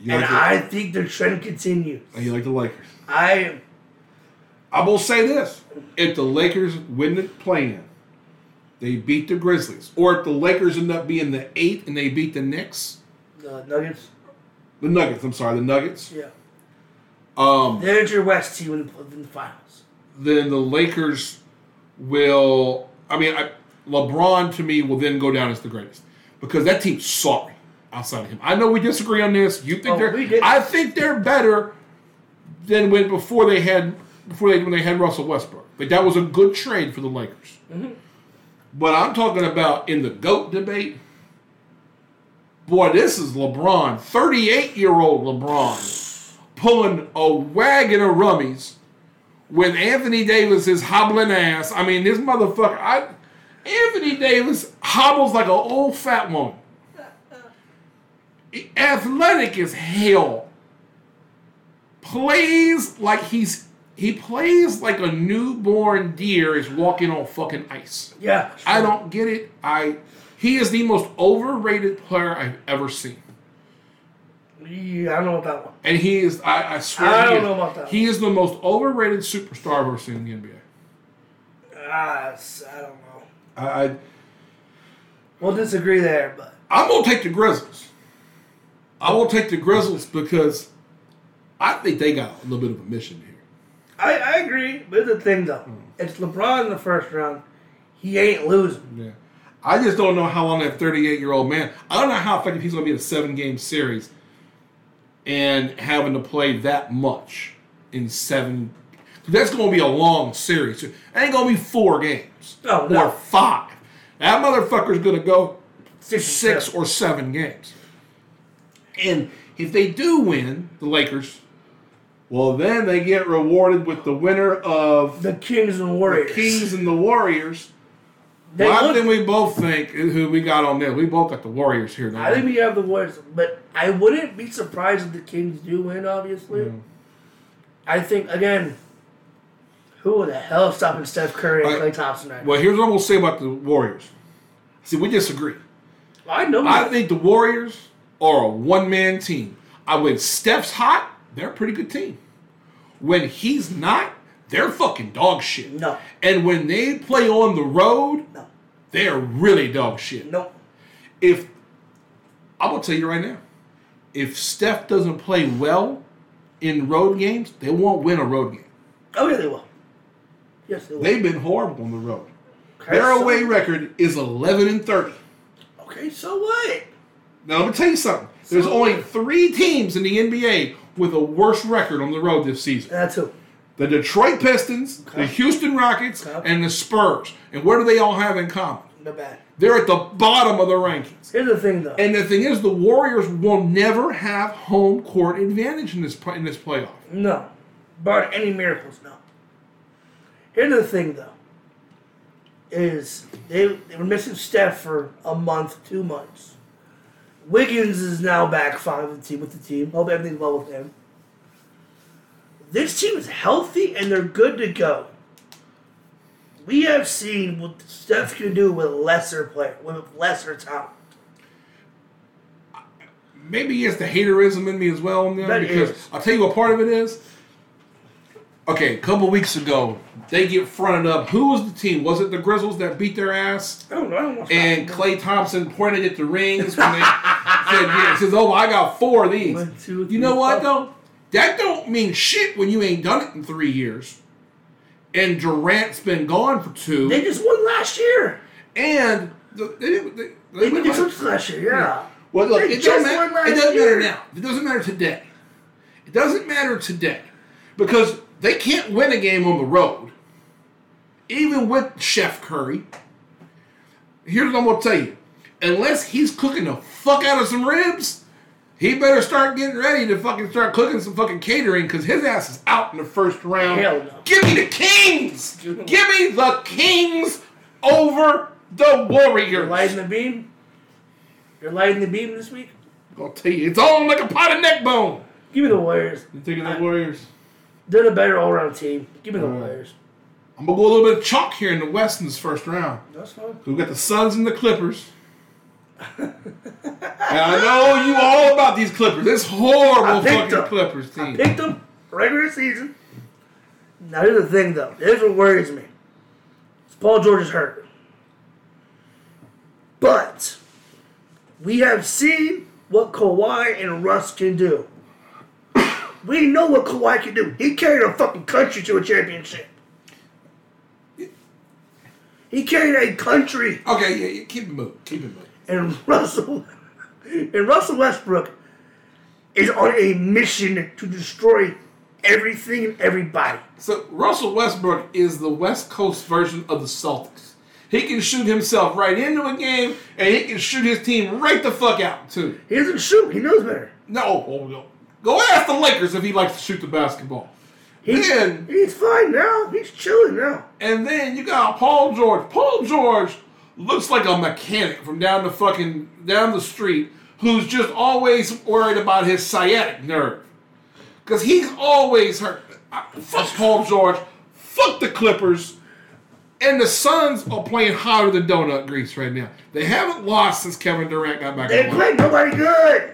You
And
like
I think the trend continues.
the, you like the Lakers.
I am
I will say this: if the Lakers win the play-in, they beat the Grizzlies, or if the Lakers end up being the eight and they beat the Knicks,
the Nuggets.
the Nuggets. I'm sorry, the Nuggets.
Yeah.
Um,
There's your West team in the, in the finals.
then the Lakers will. I mean, I, LeBron to me will then go down as the greatest because that team's sorry outside of him. I know we disagree on this. You think
Oh, we
they're?
did.
I think they're better than when before they had before they when they had Russell Westbrook. Like that was a good trade for the Lakers.
Mm-hmm.
But I'm talking about in the goat debate. Boy, this is LeBron, 38 year old LeBron, pulling a wagon of rummies with Anthony Davis is hobbling ass. I mean, this motherfucker, I, Anthony Davis hobbles like an old fat woman. Athletic as hell. Plays like he's he plays like a newborn deer is walking on fucking ice.
Yeah.
I don't get it. I he is the most overrated player I've ever seen.
Yeah, I don't know about that one.
And he is, I, I swear,
I
he
don't
is-
know about that
He is the most overrated superstar I've ever seen in the NBA.
Ah, it's- I don't know.
I, I
We'll disagree there, but
I'm gonna take the Grizzlies. I will take the Grizzlies because I think they got a little bit of a mission here.
I, I agree. But the thing though,
Hmm.
it's LeBron in the first round. He ain't losing.
Yeah. I just don't know how long that 38 year old man. I don't know how effective he's gonna be in a seven game series and having to play that much in seven. That's going to be a long series. It ain't going to be four games
Oh,
or
no.
five. That motherfucker's going to go
Six,
six or seven games. And if they do win, the Lakers, well, then they get rewarded with the winner of
The Kings and Warriors.
Kings and the Warriors.
They
Why
look-
didn't we both think who we got on there? We both got the Warriors here. Now.
I think we have the Warriors, but I wouldn't be surprised if the Kings do win. Obviously,
Hmm.
I think again, who the hell is stopping Steph Curry and
I-
Clay Thompson? Right? now?
well, here's what we'll say about the Warriors. See, we disagree.
I know.
I think the Warriors are a one man team. I when Steph's hot, they're a pretty good team. When he's not, they're fucking dog shit.
No.
And when they play on the road,
no,
they're really dog shit.
no.
If I'm gonna tell you right now, if Steph doesn't play well in road games, they won't win a road game.
Oh yeah, they will. Yes, they will.
They've been horrible on the road.
Okay,
Their
so-
away record is 11 and 30.
Okay, so what?
Now let me tell you something. There's
So-
only three teams in the NBA with a worse record on the road this season:
That's who.
the Detroit Pistons,
Okay.
the Houston Rockets,
Okay.
and the Spurs. And what do they all have in common?
The bad.
They're at the bottom of the rankings.
Here's the thing, though.
And the thing is, the Warriors will never have home court advantage in this pl- in this playoff.
No. Bar any miracles, no. Here's the thing though. Is they they were missing Steph for a month, two months. Wiggins is now back fine with the team with the team. Hope everything's well with him. This team is healthy and they're good to go. We have seen what Steph can do with lesser player with lesser talent.
Maybe it's the haterism in me as well, man,
That
because
is.
I'll tell you what part of it is. Okay, a couple weeks ago, they get fronted up. Who was the team? Was it the Grizzlies that beat their ass?
I don't know. I don't watch
And Clay Thompson pointed at the rings when they said, yeah, says, "Oh, I got four of these."
One, two,
you know
three,
what
four.
though? That don't mean shit when you ain't done it in three years. And Durant's been gone for two,
they just won last year.
and the, they, didn't- they,
They
went
won the
like-
trips last year. Yeah.
well, look,
They
it
just
doesn't matter.
won last
It doesn't
year.
matter now. It doesn't matter today. It doesn't matter today because they can't win a game on the road, even with Chef Curry. Here's what I'm gonna tell you: unless he's cooking the fuck out of some ribs, he better start getting ready to fucking start cooking some fucking catering because his ass is out in the first round.
Hell no.
Give me the Kings. Give me the Kings over the Warriors.
You're lighting the beam. You're lighting the beam this week.
I'll tell you, it's on like a pot of neck bone.
Give me the Warriors.
You thinking
the
Warriors?
They're the better all-around team. Give me the
Alright.
Warriors.
I'm gonna go a little bit of chalk here in the West in this first round.
That's fine.
We got the Suns and the Clippers. and I know you all about these Clippers. This
I
horrible
picked
fucking
them.
Clippers team.
Picked them regular season. Now here's the thing, though. Here's what worries me. It's Paul George is hurt, but we have seen what Kawhi and Russ can do. we know what Kawhi can do. He carried a fucking country to a championship. He carried a country.
Okay, yeah, yeah, keep it moving. Keep it moving.
and Russell and Russell Westbrook is on a mission to destroy everything and everybody.
So Russell Westbrook is the West Coast version of the Celtics. He can shoot himself right into a game, and he can shoot his team right the fuck out too.
He doesn't shoot. He knows better.
No, oh, no. go ask the Lakers if he likes to shoot the basketball.
He,
Man.
he's fine now. He's chilling now.
And then you got Paul George. Paul George looks like a mechanic from down the fucking down the street who's just always worried about his sciatic nerve. Cause he's always hurt. I- Fuck Paul George. Fuck the Clippers. And the Suns are playing hotter than donut grease right now. They haven't lost since Kevin Durant got back.
They
in the league.
play nobody good.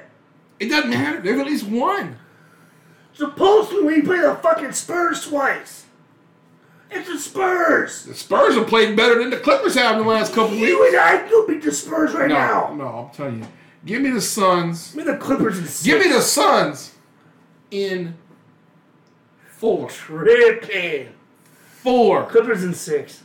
It doesn't matter. They've at least won.
Supposedly we play the fucking Spurs twice. It's the Spurs.
The Spurs are playing better than the Clippers have in the last couple
You
weeks.
and I could beat the Spurs right
No,
now.
no, I'm telling you. Give me the Suns.
Give me the Clippers and
Give me the Suns in four.
tripping.
Four.
Clippers and six.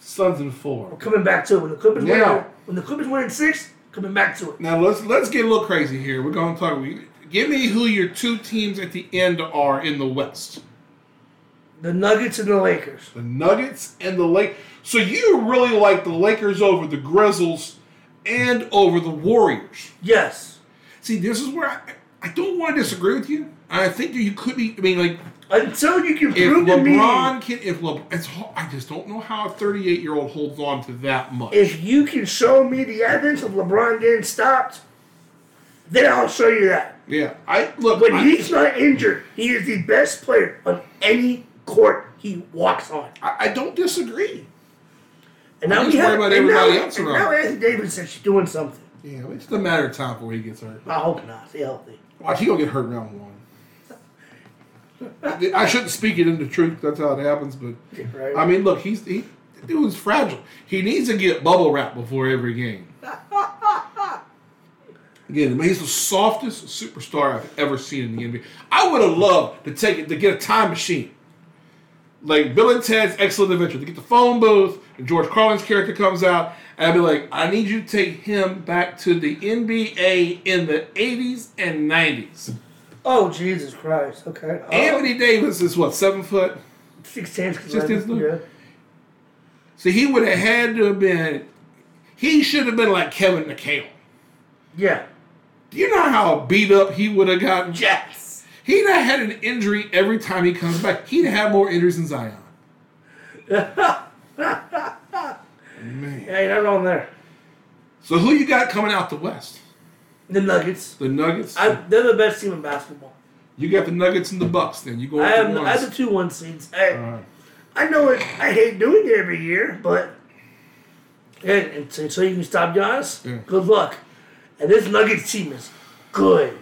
Suns in four.
coming back to it. When the Clippers
Now.
win, when the Clippers win in six, coming back to it.
Now let's let's get a little crazy here. We're gonna talk. Give me who your two teams at the end are in the West.
The Nuggets and the Lakers.
The Nuggets and the Lake. So you really like the Lakers over the Grizzlies and over the Warriors.
Yes.
See, this is where I, I don't want to disagree with you. I think you could be. I mean, like
Until you can
if
prove to me,
LeBron can, if Le, it's, ho- I just don't know how a 38 year old holds on to that much.
if you can show me the evidence of LeBron getting stopped, then I'll show you that.
yeah, I look.
When
I-
he's not injured, he is the best player on any court he walks on.
I, I don't disagree.
And now
I'm
we
just
have
worried about
and now-
everybody else
and
around.
now Anthony Davis said she's doing something.
Yeah, it's just a matter of time before he gets hurt.
I hope not. Stay healthy.
Watch, he gonna get hurt round one. I I shouldn't speak it into truth. That's how it happens. But
Right.
I mean, look, he's he the dude's fragile. He needs to get bubble wrap before every game. Again, I mean, he's the softest superstar I've ever seen in the NBA. I would have loved to take it to get a time machine, like Bill and Ted's Excellent Adventure, to get the phone booth and George Carlin's character comes out, and I'd be like, I need you to take him back to the NBA in the '80s and '90s.
Oh Jesus Christ! Okay. Oh,
Anthony Davis is what seven foot.
six ten.
Six tenths, no.
Yeah.
So he would have had to have been. He should have been like Kevin McHale.
Yeah.
Do you know how beat up he would have gotten?
Yes.
He'd have had an injury every time he comes back. He'd have more injuries than Zion. Man.
Yeah, you're not wrong there.
So who you got coming out the West?
The Nuggets.
The Nuggets.
I, they're the best team in basketball.
you got the Nuggets and the Bucks. Then you go.
I
with
have
the
I have
ones.
the two one seeds. I,
All right.
I know it. I hate doing it every year, but and, and so, so you can stop Giannis.
Yeah.
Good luck. And this Nuggets team is good.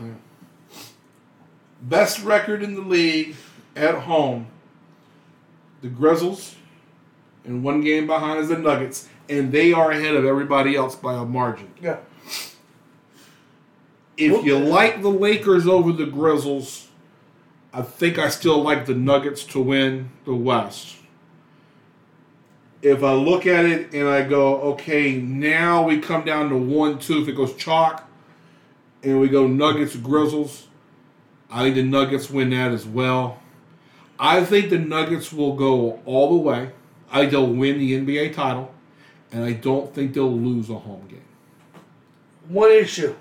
Best record in the league at home. The Grizzlies, and one game behind is the Nuggets, and they are ahead of everybody else by a margin.
Yeah.
If you like the Lakers over the Grizzlies, I think I still like the Nuggets to win the West. If I look at it and I go, okay, now we come down to one, two. If it goes chalk, and we go Nuggets Grizzlies, I think the Nuggets win that as well. I think the Nuggets will go all the way. I think they'll win the NBA title, and I don't think they'll lose a home game.
One issue.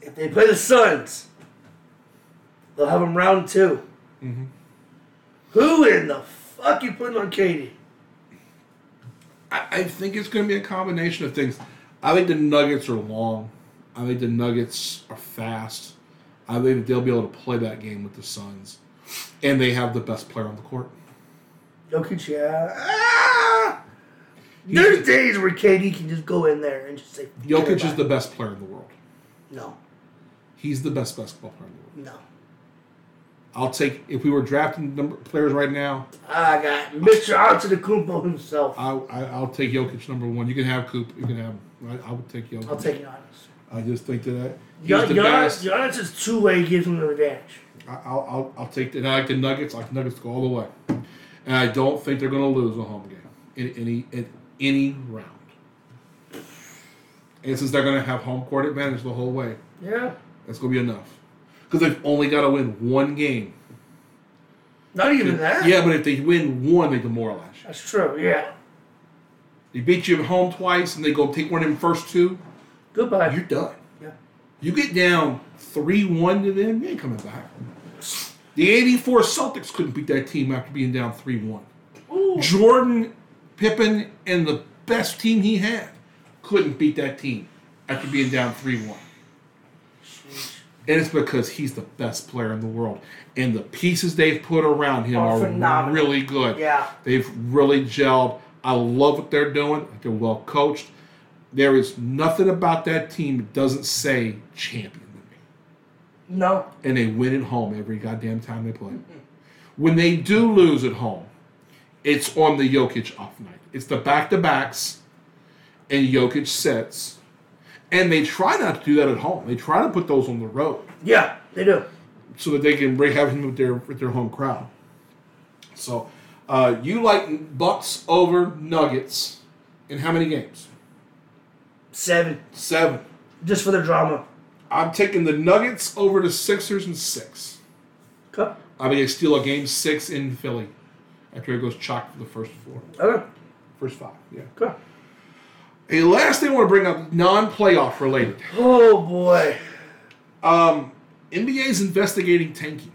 If they play the Suns, they'll have them round 2
Mm-hmm.
Who in the fuck you putting on Katie?
I, I think it's going to be a combination of things. I think the Nuggets are long. I think the Nuggets are fast. I think they'll be able to play that game with the Suns, and they have the best player on the court.
Jokic, yeah. Ah! There's days where KD can just go in there and just say. forget
Jokic is
about
the
it.
best player in the world.
No,
He's the best basketball player in the world.
no.
I'll take if we were drafting number players right now.
I got Mr. Antetokounmpo himself.
I, I I'll take Jokic number one. You can have Coop. You can have. I, I would take Jokic.
I'll take Giannis.
I just think that uh, he's
Gian-
the best.
Giannis, Giannis' two way gives him an advantage.
I- I'll, I'll, I'll take the, and I like the Nuggets. I like the Nuggets to go all the way. And I don't think they're going to lose a home game in any in any round. And since they're going to have home court advantage the whole way,
Yeah.
that's going to be enough. Because they've only got to win one game.
Not even that.
Yeah, but if they win one, they demoralize you.
That's true. Yeah.
They beat you at home twice, and they go take one of them first two.
Goodbye.
You're done.
yeah.
You get down three one to them, you ain't coming back. The '84 Celtics couldn't beat that team after being down three one.
Ooh.
Jordan, Pippen, and the best team he had couldn't beat that team after being down 3 1. And it's because he's the best player in the world. And the pieces they've put around him
Are
are,
Oh, phenomenal.
really good.
Yeah.
They've really gelled. I love what they're doing. They're well coached. There is nothing about that team that doesn't say champion to me
No.
and they win at home every goddamn time they play. When they do lose at home, it's on the Jokic off night. It's the back to backs and Jokic sets. And they try not to do that at home. They try to put those on the road
Yeah, they do.
so that they can bring have him with their with their home crowd. So uh, you like Bucks over Nuggets in how many games?
Seven.
Seven.
Just for the drama.
I'm taking the Nuggets over the Sixers in six.
Okay.
I mean, they steal a game six in Philly after it goes chalk for the first four,
Okay.
first five. Yeah.
Okay.
A last thing I want to bring up, non-playoff related.
Oh boy.
NBA's investigating tanking.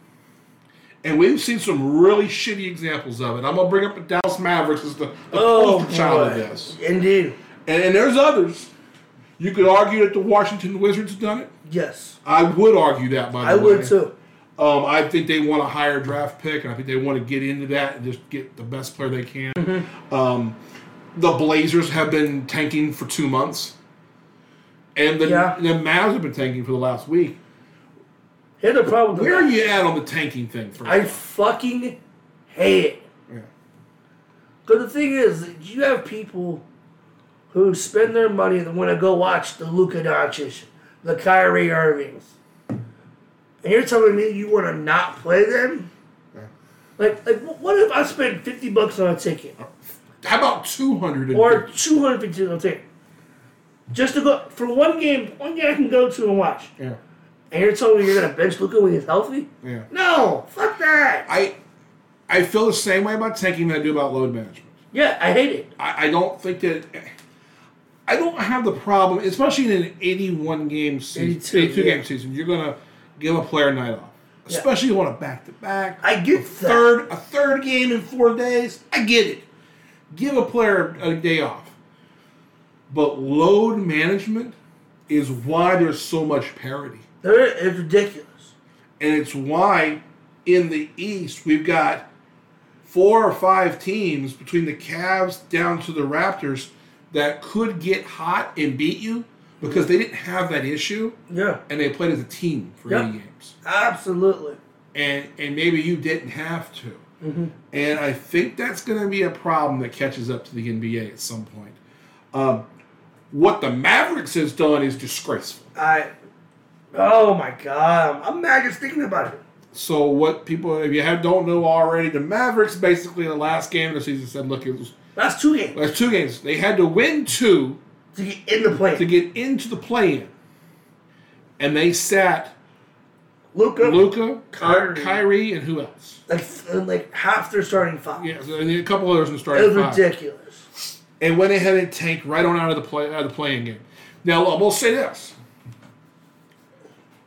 And we've seen some really shitty examples of it. I'm gonna bring up the Dallas Mavericks as the, the
Oh
poster child of
boy.
this.
Indeed.
And, and there's others. You could argue that the Washington Wizards have done it.
Yes.
I would argue that by the
I
way.
would too.
Um, I think they want a higher draft pick, and I think they want to get into that and just get the best player they can. Um,
Mm-hmm.
the Blazers have been tanking for two months, and the,
Yeah.
the Mavs have been tanking for the last week.
Here's the problem.
Where are you at on the tanking thing? For
I fucking hate it.
Yeah.
But the thing is, you have people who spend their money and want to go watch the Luka Doncic, the Kyrie Irvings, and you're telling me you want to not play them?
Yeah.
Like, like, wh- what if I spend fifty bucks on a ticket
How about two hundred?
or two hundred fifty on a ticket just to go for one game? One game I can go to and watch,
yeah,
and you're telling me you're gonna bench Luka when he's healthy?
yeah.
No, fuck that.
I I feel the same way about tanking that I do about load management.
yeah, I hate it.
I, I don't think that I don't have the problem, especially in an 81 game season,
82,
82,
yeah.
game season. You're gonna give a player a night off,
Yeah.
especially on a back to back.
I get that.
third a third game in four days. I get it. Give a player a day off, but load management is why there's so much parity.
They're, it's ridiculous.
And it's why in the East we've got four or five teams between the Cavs down to the Raptors that could get hot and beat you because they didn't have that issue
Yeah,
and they played as a team for
Yep.
80 games.
absolutely.
And and maybe you didn't have to. And I think that's going to be a problem that catches up to the NBA at some point. Um, what the Mavericks has done is disgraceful.
I. Oh my god, I'm, I'm mad just thinking about it.
So what people, if you have, don't know already, the Mavericks basically in the last game of the season said, look, it was
Last two games
last two games. They had to win two
to get in the play.
to get into the play-in, and they sat
Luca,
Luca,
Kyrie.
Kyrie. Kyrie, and who else?
like f- like half their starting five.
Yeah, so- and a couple others in the
it was
starting five.
ridiculous.
And went ahead and tanked right on out of the play out of the playing game. Now I will say this: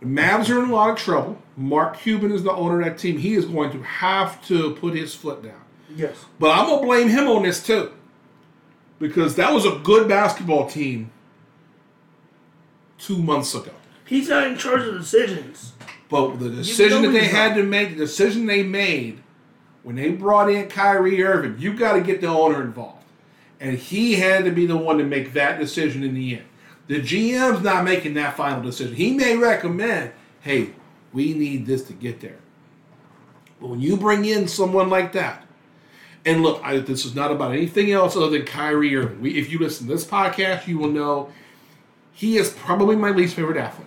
the Mavs are in a lot of trouble. Mark Cuban is the owner of that team. He is going to have to put his foot down.
Yes.
But I'm gonna blame him on this too, because that was a good basketball team two months ago.
He's not in charge of decisions.
But the decision
know
that they
he's
had to
not.
make, the decision they made when they brought in Kyrie Irving, you got to get the owner involved, and he had to be the one to make that decision in the end. The GM's not making that final decision. He may recommend, "Hey, we need this to get there." But when you bring in someone like that, and look, I, this is not about anything else other than Kyrie Irving. We, if you listen to this podcast, you will know he is probably my least favorite athlete.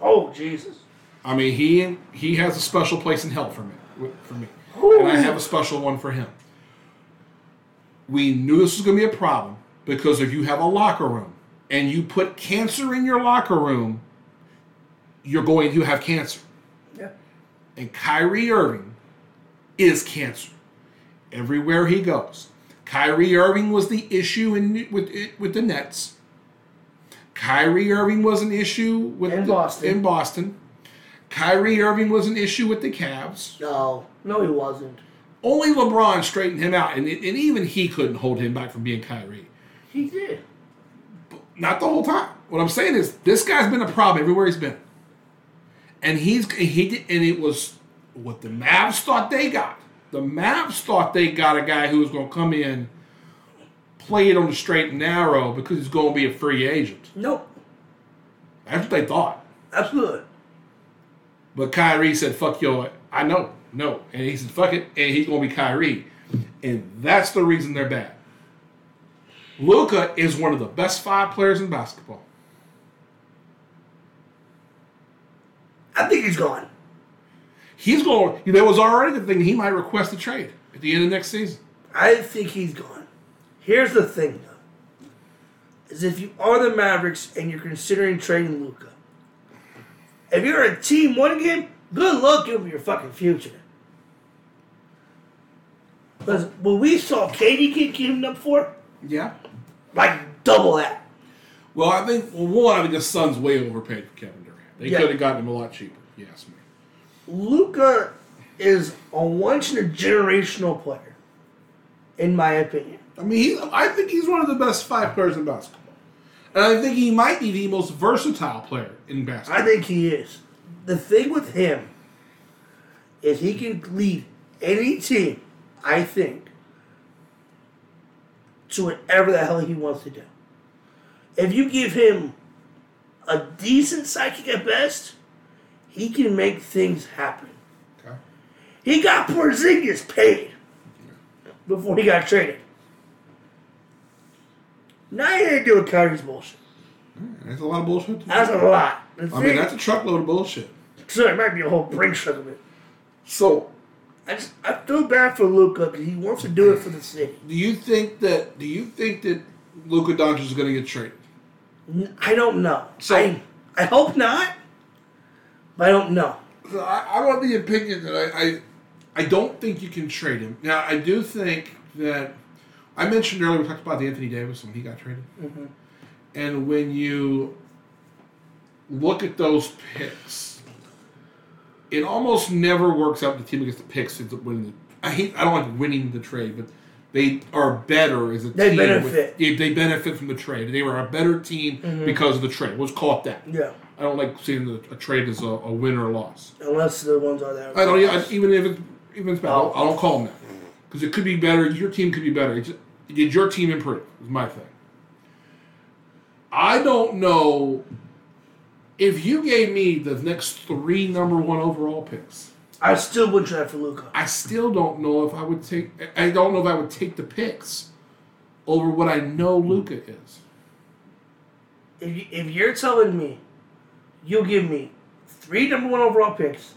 Oh Jesus.
I mean, he he has a special place in hell for me, for me, and I have a special one for him. We knew this was going to be a problem because if you have a locker room and you put cancer in your locker room, you're going to have cancer.
Yeah.
And Kyrie Irving is cancer everywhere he goes. Kyrie Irving was the issue in with it, with the Nets. Kyrie Irving was an issue with
In
the-
Boston.
In Boston, Kyrie Irving was an issue with the Cavs.
No. No, he wasn't.
Only LeBron straightened him out, and, and even he couldn't hold him back from being Kyrie.
He did.
Not the whole time. What I'm saying is, this guy's been a problem everywhere he's been, and he's he did, and it was what the Mavs thought they got. The Mavs thought they got a guy who was going to come in, play it on the straight and narrow because he's going to be a free agent.
Nope.
That's what they thought.
Absolutely.
But Kyrie said, "Fuck yo, I know, no," and he said, "Fuck it," and he's gonna be Kyrie, and that's the reason they're bad. Luca is one of the best five players in basketball.
I think he's gone.
He's going. There was already the thing he might request a trade at the end of next season.
I think he's gone. Here's the thing, though, is if you are the Mavericks and you're considering trading Luca, if you're a team one game, good luck with your fucking future. Because what we saw Katie get given up for,
Yeah.
like double that.
Well, I think well, one, I think the Suns way overpaid for Kevin Durant. They
Yeah.
could have gotten him a lot cheaper. if You ask me.
Luca is a once in a generational player, in my opinion.
I mean, he, I think he's one of the best five players in basketball, and I think he might be the most versatile player in basketball.
I think he is. The thing with him is he can lead any team, I think, to whatever the hell he wants to do. If you give him a decent psychic at best, he can make things happen.
Okay.
He got Porzingis paid before he got traded. Now he ain't doing Kyrie's bullshit.
That's a lot of bullshit. to
That's a
do.
lot. The
I
thing-
mean, that's a truckload of bullshit.
So it might be a whole brink shot of it.
So,
I just I feel bad for Luca because he wants to do it for the city.
do you think that? Do you think that Luka Doncic is going to get traded?
N- I don't know.
So-
I, I hope not, but I don't know.
So I, I'm of the opinion that I, I I don't think you can trade him. Now I do think that I mentioned earlier we talked about the Anthony Davis when he got traded,
Mm-hmm.
and when you look at those picks, it almost never works out. The team that gets the picks ends up winning. The, I hate. I don't like winning the trade, but. They are better as a
They
team. with-
benefit. Mm-hmm.
yeah, they benefit from the trade. They were a better team because of the trade. Let's call it that.
Yeah,
I don't like seeing the, a trade as a, a win or a loss.
unless the ones are there.
I don't. Yeah, even if it's even if it's bad, I don't- I don't call them that because it could be better. Your team could be better. It's, did your team improve? Is my thing. I don't know if you gave me the next three number one overall picks.
I still would try for Luca.
I still don't know if I would take. I don't know if I would take the picks over what I know Luca is.
If you, if you're telling me you give me three number one overall picks,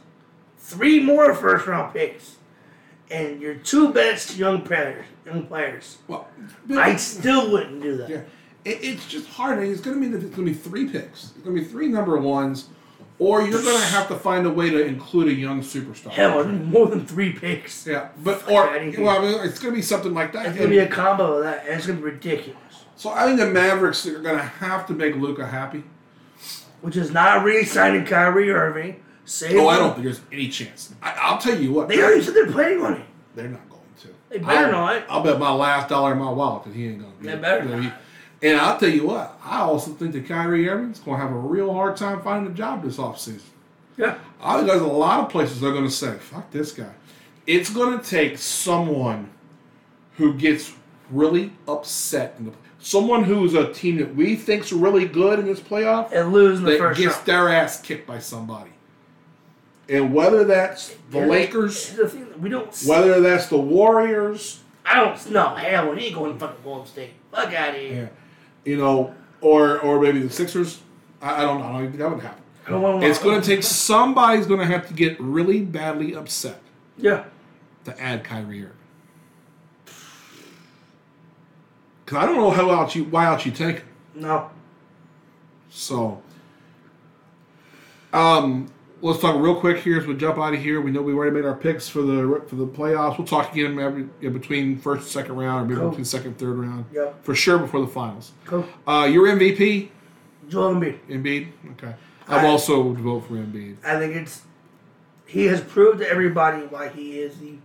three more first round picks, and your two best young players, young players,
Well,
I still wouldn't do that.
Yeah, it, it's just hard. and It's going to mean that it's going to be three picks. It's going to be three number ones, or you're going to have to find a way to include a young superstar.
Hell, I need more than three picks.
Yeah, but or
I didn't-
well, I mean, it's going to be something like that.
It's gonna be a combo of that, and it's gonna be ridiculous.
so I think the Mavericks are going to have to make Luca happy.
Which is not re-signing Kyrie Irving. Save
Oh, I
him.
don't think there's any chance. I, I'll tell you what,
They already said they're planning on it.
They're not going to.
They better
I'll,
not.
I'll bet my last dollar in my wallet that he ain't going to.
They better not.
And I'll tell you what, I also think that Kyrie Irving's going to have a real hard time finding a job this offseason.
Yeah.
I think there's a lot of places they're going to say, fuck this guy. It's going to take someone who gets really upset. In the, someone who's a team that we think's really good in this playoff
And lose in the
that
first
gets
round.
their ass kicked by somebody. And whether that's the
Yeah.
Lakers,
The thing that we don't. s
whether that's the Warriors,
I don't. No, hell, we ain't going to fucking Golden State. Fuck out of here.
yeah, you know, or or maybe the Sixers, I, I don't know. I don't think that would happen.
I don't want
It's going to take somebody's going to have to get really badly upset
Yeah.
to add Kyrie Irving. Because I don't know how out you why out you take him.
No.
So, um, let's talk real quick here as we jump out of here. We know we already made our picks for the for the playoffs. We'll talk again every, in between first and second round, or maybe
Cool.
between second and third round.
Yep.
For sure before the finals.
Cool.
Uh, your MVP,
Joel Embiid.
Embiid. Okay. I'm
I-
also would vote for Embiid.
I think it's. He has proved to everybody why he is the,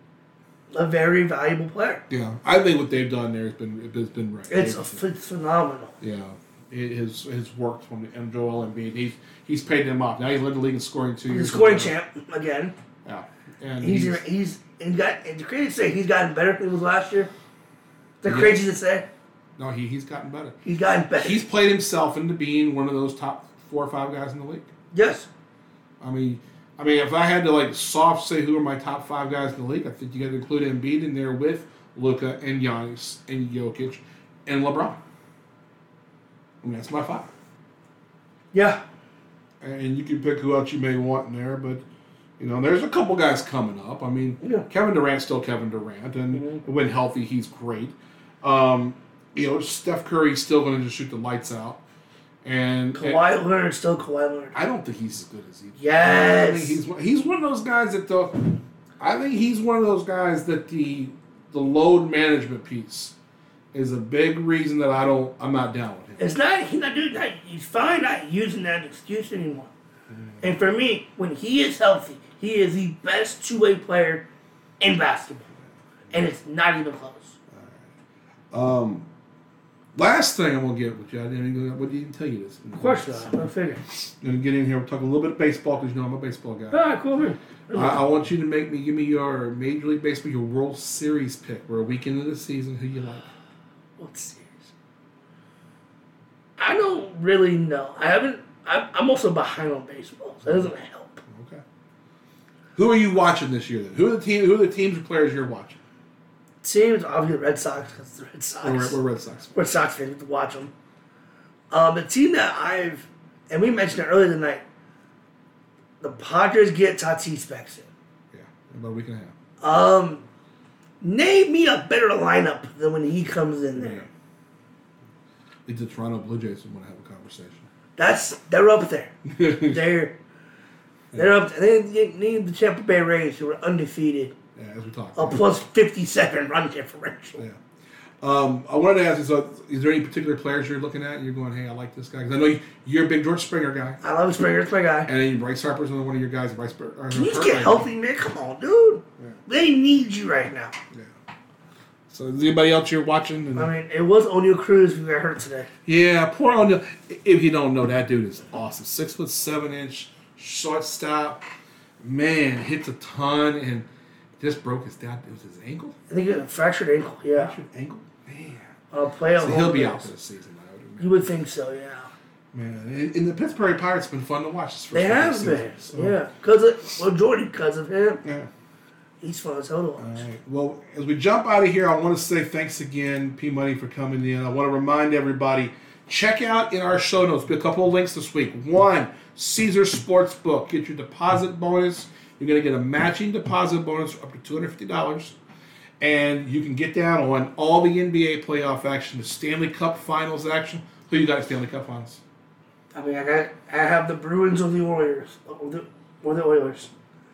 a very valuable player.
Yeah, I think what they've done there has been has been right.
It's, a,
They've-
ph- it's phenomenal.
Yeah, it has has worked from and Joel Embiid. He's he's paid them off. Now he's led the league in scoring two
He's
years.
a scoring
in a row.
champ again.
Yeah, and
He's
he's,
he's, he's and got and the critics say he's gotten better than he was last year. They're crazy to say
no he he's gotten better.
he's gotten better.
He's played himself into being one of those top four or five guys in the league.
yes,
I mean, I mean, if I had to like soft say who are my top five guys in the league, I think you got to include Embiid in there with Luca and Giannis and Jokic and LeBron. I mean, that's my five.
yeah,
and you can pick who else you may want in there. But you know, there's a couple guys coming up. I mean,
Yeah. Mm-hmm.
Kevin Durant's still Kevin Durant, and when healthy, he's great. Um, you know, Steph Curry's still going to just shoot the lights out. And, and
Kawhi Leonard still Kawhi Leonard.
I don't think he's as good as he.
Yes.
I think he's one- he's one of those guys that the. I think he's one of those guys that the the load management piece is a big reason that I don't I'm not down with him.
It's not he's not doing that. He's finally not using that excuse anymore. And for me, when he is healthy, he is the best two-way player in basketball, and it's not even close.
Um, last thing I'm gonna get with you, I didn't, even- what didn't tell you this.
Of course not. I figure.
I'm gonna get in here. We'll talk a little bit of baseball because you know I'm a baseball guy.
Ah, cool. man.
I, I want you to make me give me your Major League Baseball, your World Series pick. We're a week into the season. Who you like?
Let's see. I don't really know. I haven't. I'm, I'm also behind on baseball, so that doesn't help.
Okay. Who are you watching this year? Then who are the team? Who are the teams or players you're watching?
Seems obviously the Red Sox because the Red Sox.
We're, we're Red Sox.
Red Sox fans to watch them. Um, the team that I've and we mentioned it earlier tonight, the Padres get Tatis back soon.
Yeah, about a week and a half.
Um, name me a better lineup than when he comes in there.
If the Toronto Blue Jays would want to have a conversation.
That's they're up there. they're they're up. They they need the Tampa Bay Rays who are undefeated,
Yeah, as we talk.
a plus fifty-seven run differential.
Yeah. Um, I wanted to ask you, so is there any particular players you're looking at? and You're going, hey, I like this guy. Because I know you, you're a big George Springer guy.
I love Springer, it's my guy.
And then Bryce Harper's another one of your guys. Bryce Bur- or
Can you just
Hurt
get
right
healthy, man? Come on, dude.
Yeah.
They need you right now.
now. Yeah. So is anybody else you're watching? And-
I mean, it was O'Neill Cruz who got hurt today.
yeah, poor O'Neal. If you don't know, that dude is awesome. Six foot seven inch, shortstop. Man, hits a ton and just broke his dad. It was his ankle.
I think it was a fractured ankle. Yeah,
Fractured ankle. Man,
uh, play on
so he'll
home
be
base.
out for the season. I would imagine.
You would think so, yeah.
Man, and- and the Pittsburgh Pirates have been fun to watch. This first
They
couple of
have been,
seasons, so-
yeah. Cause of well, Jordan, cause of him,
Yeah.
he's fun as hell to watch.
All right. Well, as we jump out of here, I want to say thanks again, P Money, for coming in. I want to remind everybody check out in our show notes a couple of links this week. One, Caesar Sportsbook. Get your deposit bonus. You're going to get a matching deposit bonus up to $250. And you can get down on all the NBA playoff action, the Stanley Cup finals action. Who you got in Stanley Cup finals?
I mean, I got, I have the Bruins or the Warriors, or the, or the Oilers.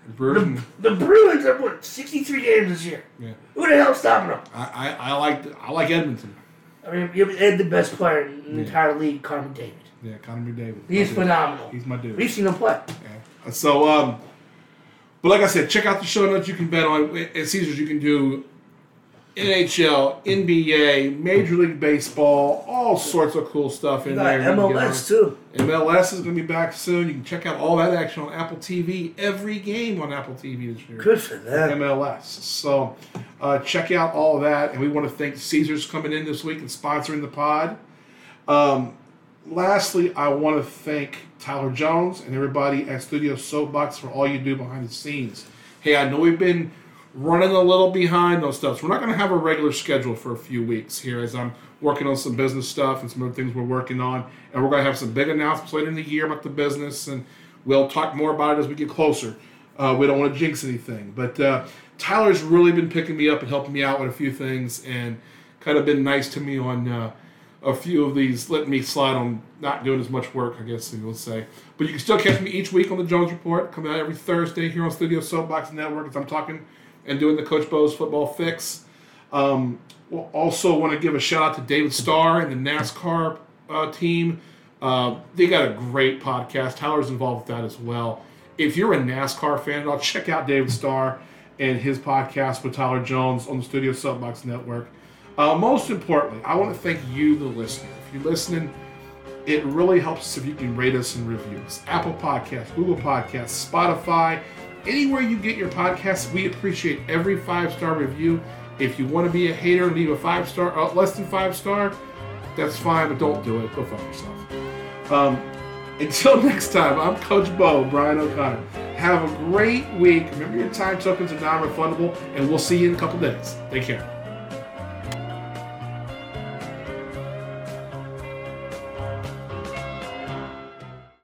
The Brewers and-
The Bruins have won sixty-three games this year.
Yeah.
Who the hell's stopping them?
I, I, I like I like Edmonton.
I mean, you had the best player in the
Yeah.
entire league, Carmen David.
Yeah, Connor David.
He's phenomenal.
He's my dude.
We've seen him play.
Yeah. So, um, but like I said, check out the show notes. You can bet on at Caesars. You can do NHL, NBA, Major League Baseball, all sorts of cool stuff in
Got
there. You can get
MLS
on.
too.
MLS is going to be back soon. You can check out all that action on Apple TV. Every game on Apple TV this year.
Good for them.
MLS. So uh, check out all of that. And we want to thank Caesars coming in this week and sponsoring the pod. Um, lastly, I want to thank Tyler Jones and everybody at Studio Soapbox for all you do behind the scenes. Hey, I know we've been running a little behind on stuff. So we're not going to have a regular schedule for a few weeks here as I'm working on some business stuff and some other things we're working on. And we're going to have some big announcements later in the year about the business. And we'll talk more about it as we get closer. Uh, we don't want to jinx anything. But uh, Tyler's really been picking me up and helping me out with a few things and kind of been nice to me on uh, a few of these, letting me slide on not doing as much work, I guess you would say. But you can still catch me each week on The Jones Report, coming out every Thursday here on Studio Soapbox Network as I'm talking and doing the Coach Bo's Football Fix. Um, we'll also want to give a shout out to David Starr and the NASCAR uh, team. Uh, they got a great podcast. Tyler's involved with that as well. If you're a NASCAR fan at all, check out David Starr and his podcast with Tyler Jones on the Studio Soapbox Network. Uh, most importantly, I want to thank you, the listener. If you're listening, it really helps us if you can rate us and review us. Apple Podcasts, Google Podcasts, Spotify, anywhere you get your podcasts, we appreciate every five star review. If you want to be a hater and leave a five star, uh, less than five star, that's fine, but don't do it. Go fuck yourself. Um, until next time, I'm Coach Bo, Brian O'Connor. Have a great week. Remember, your time tokens are non refundable, and we'll see you in a couple days. Take care.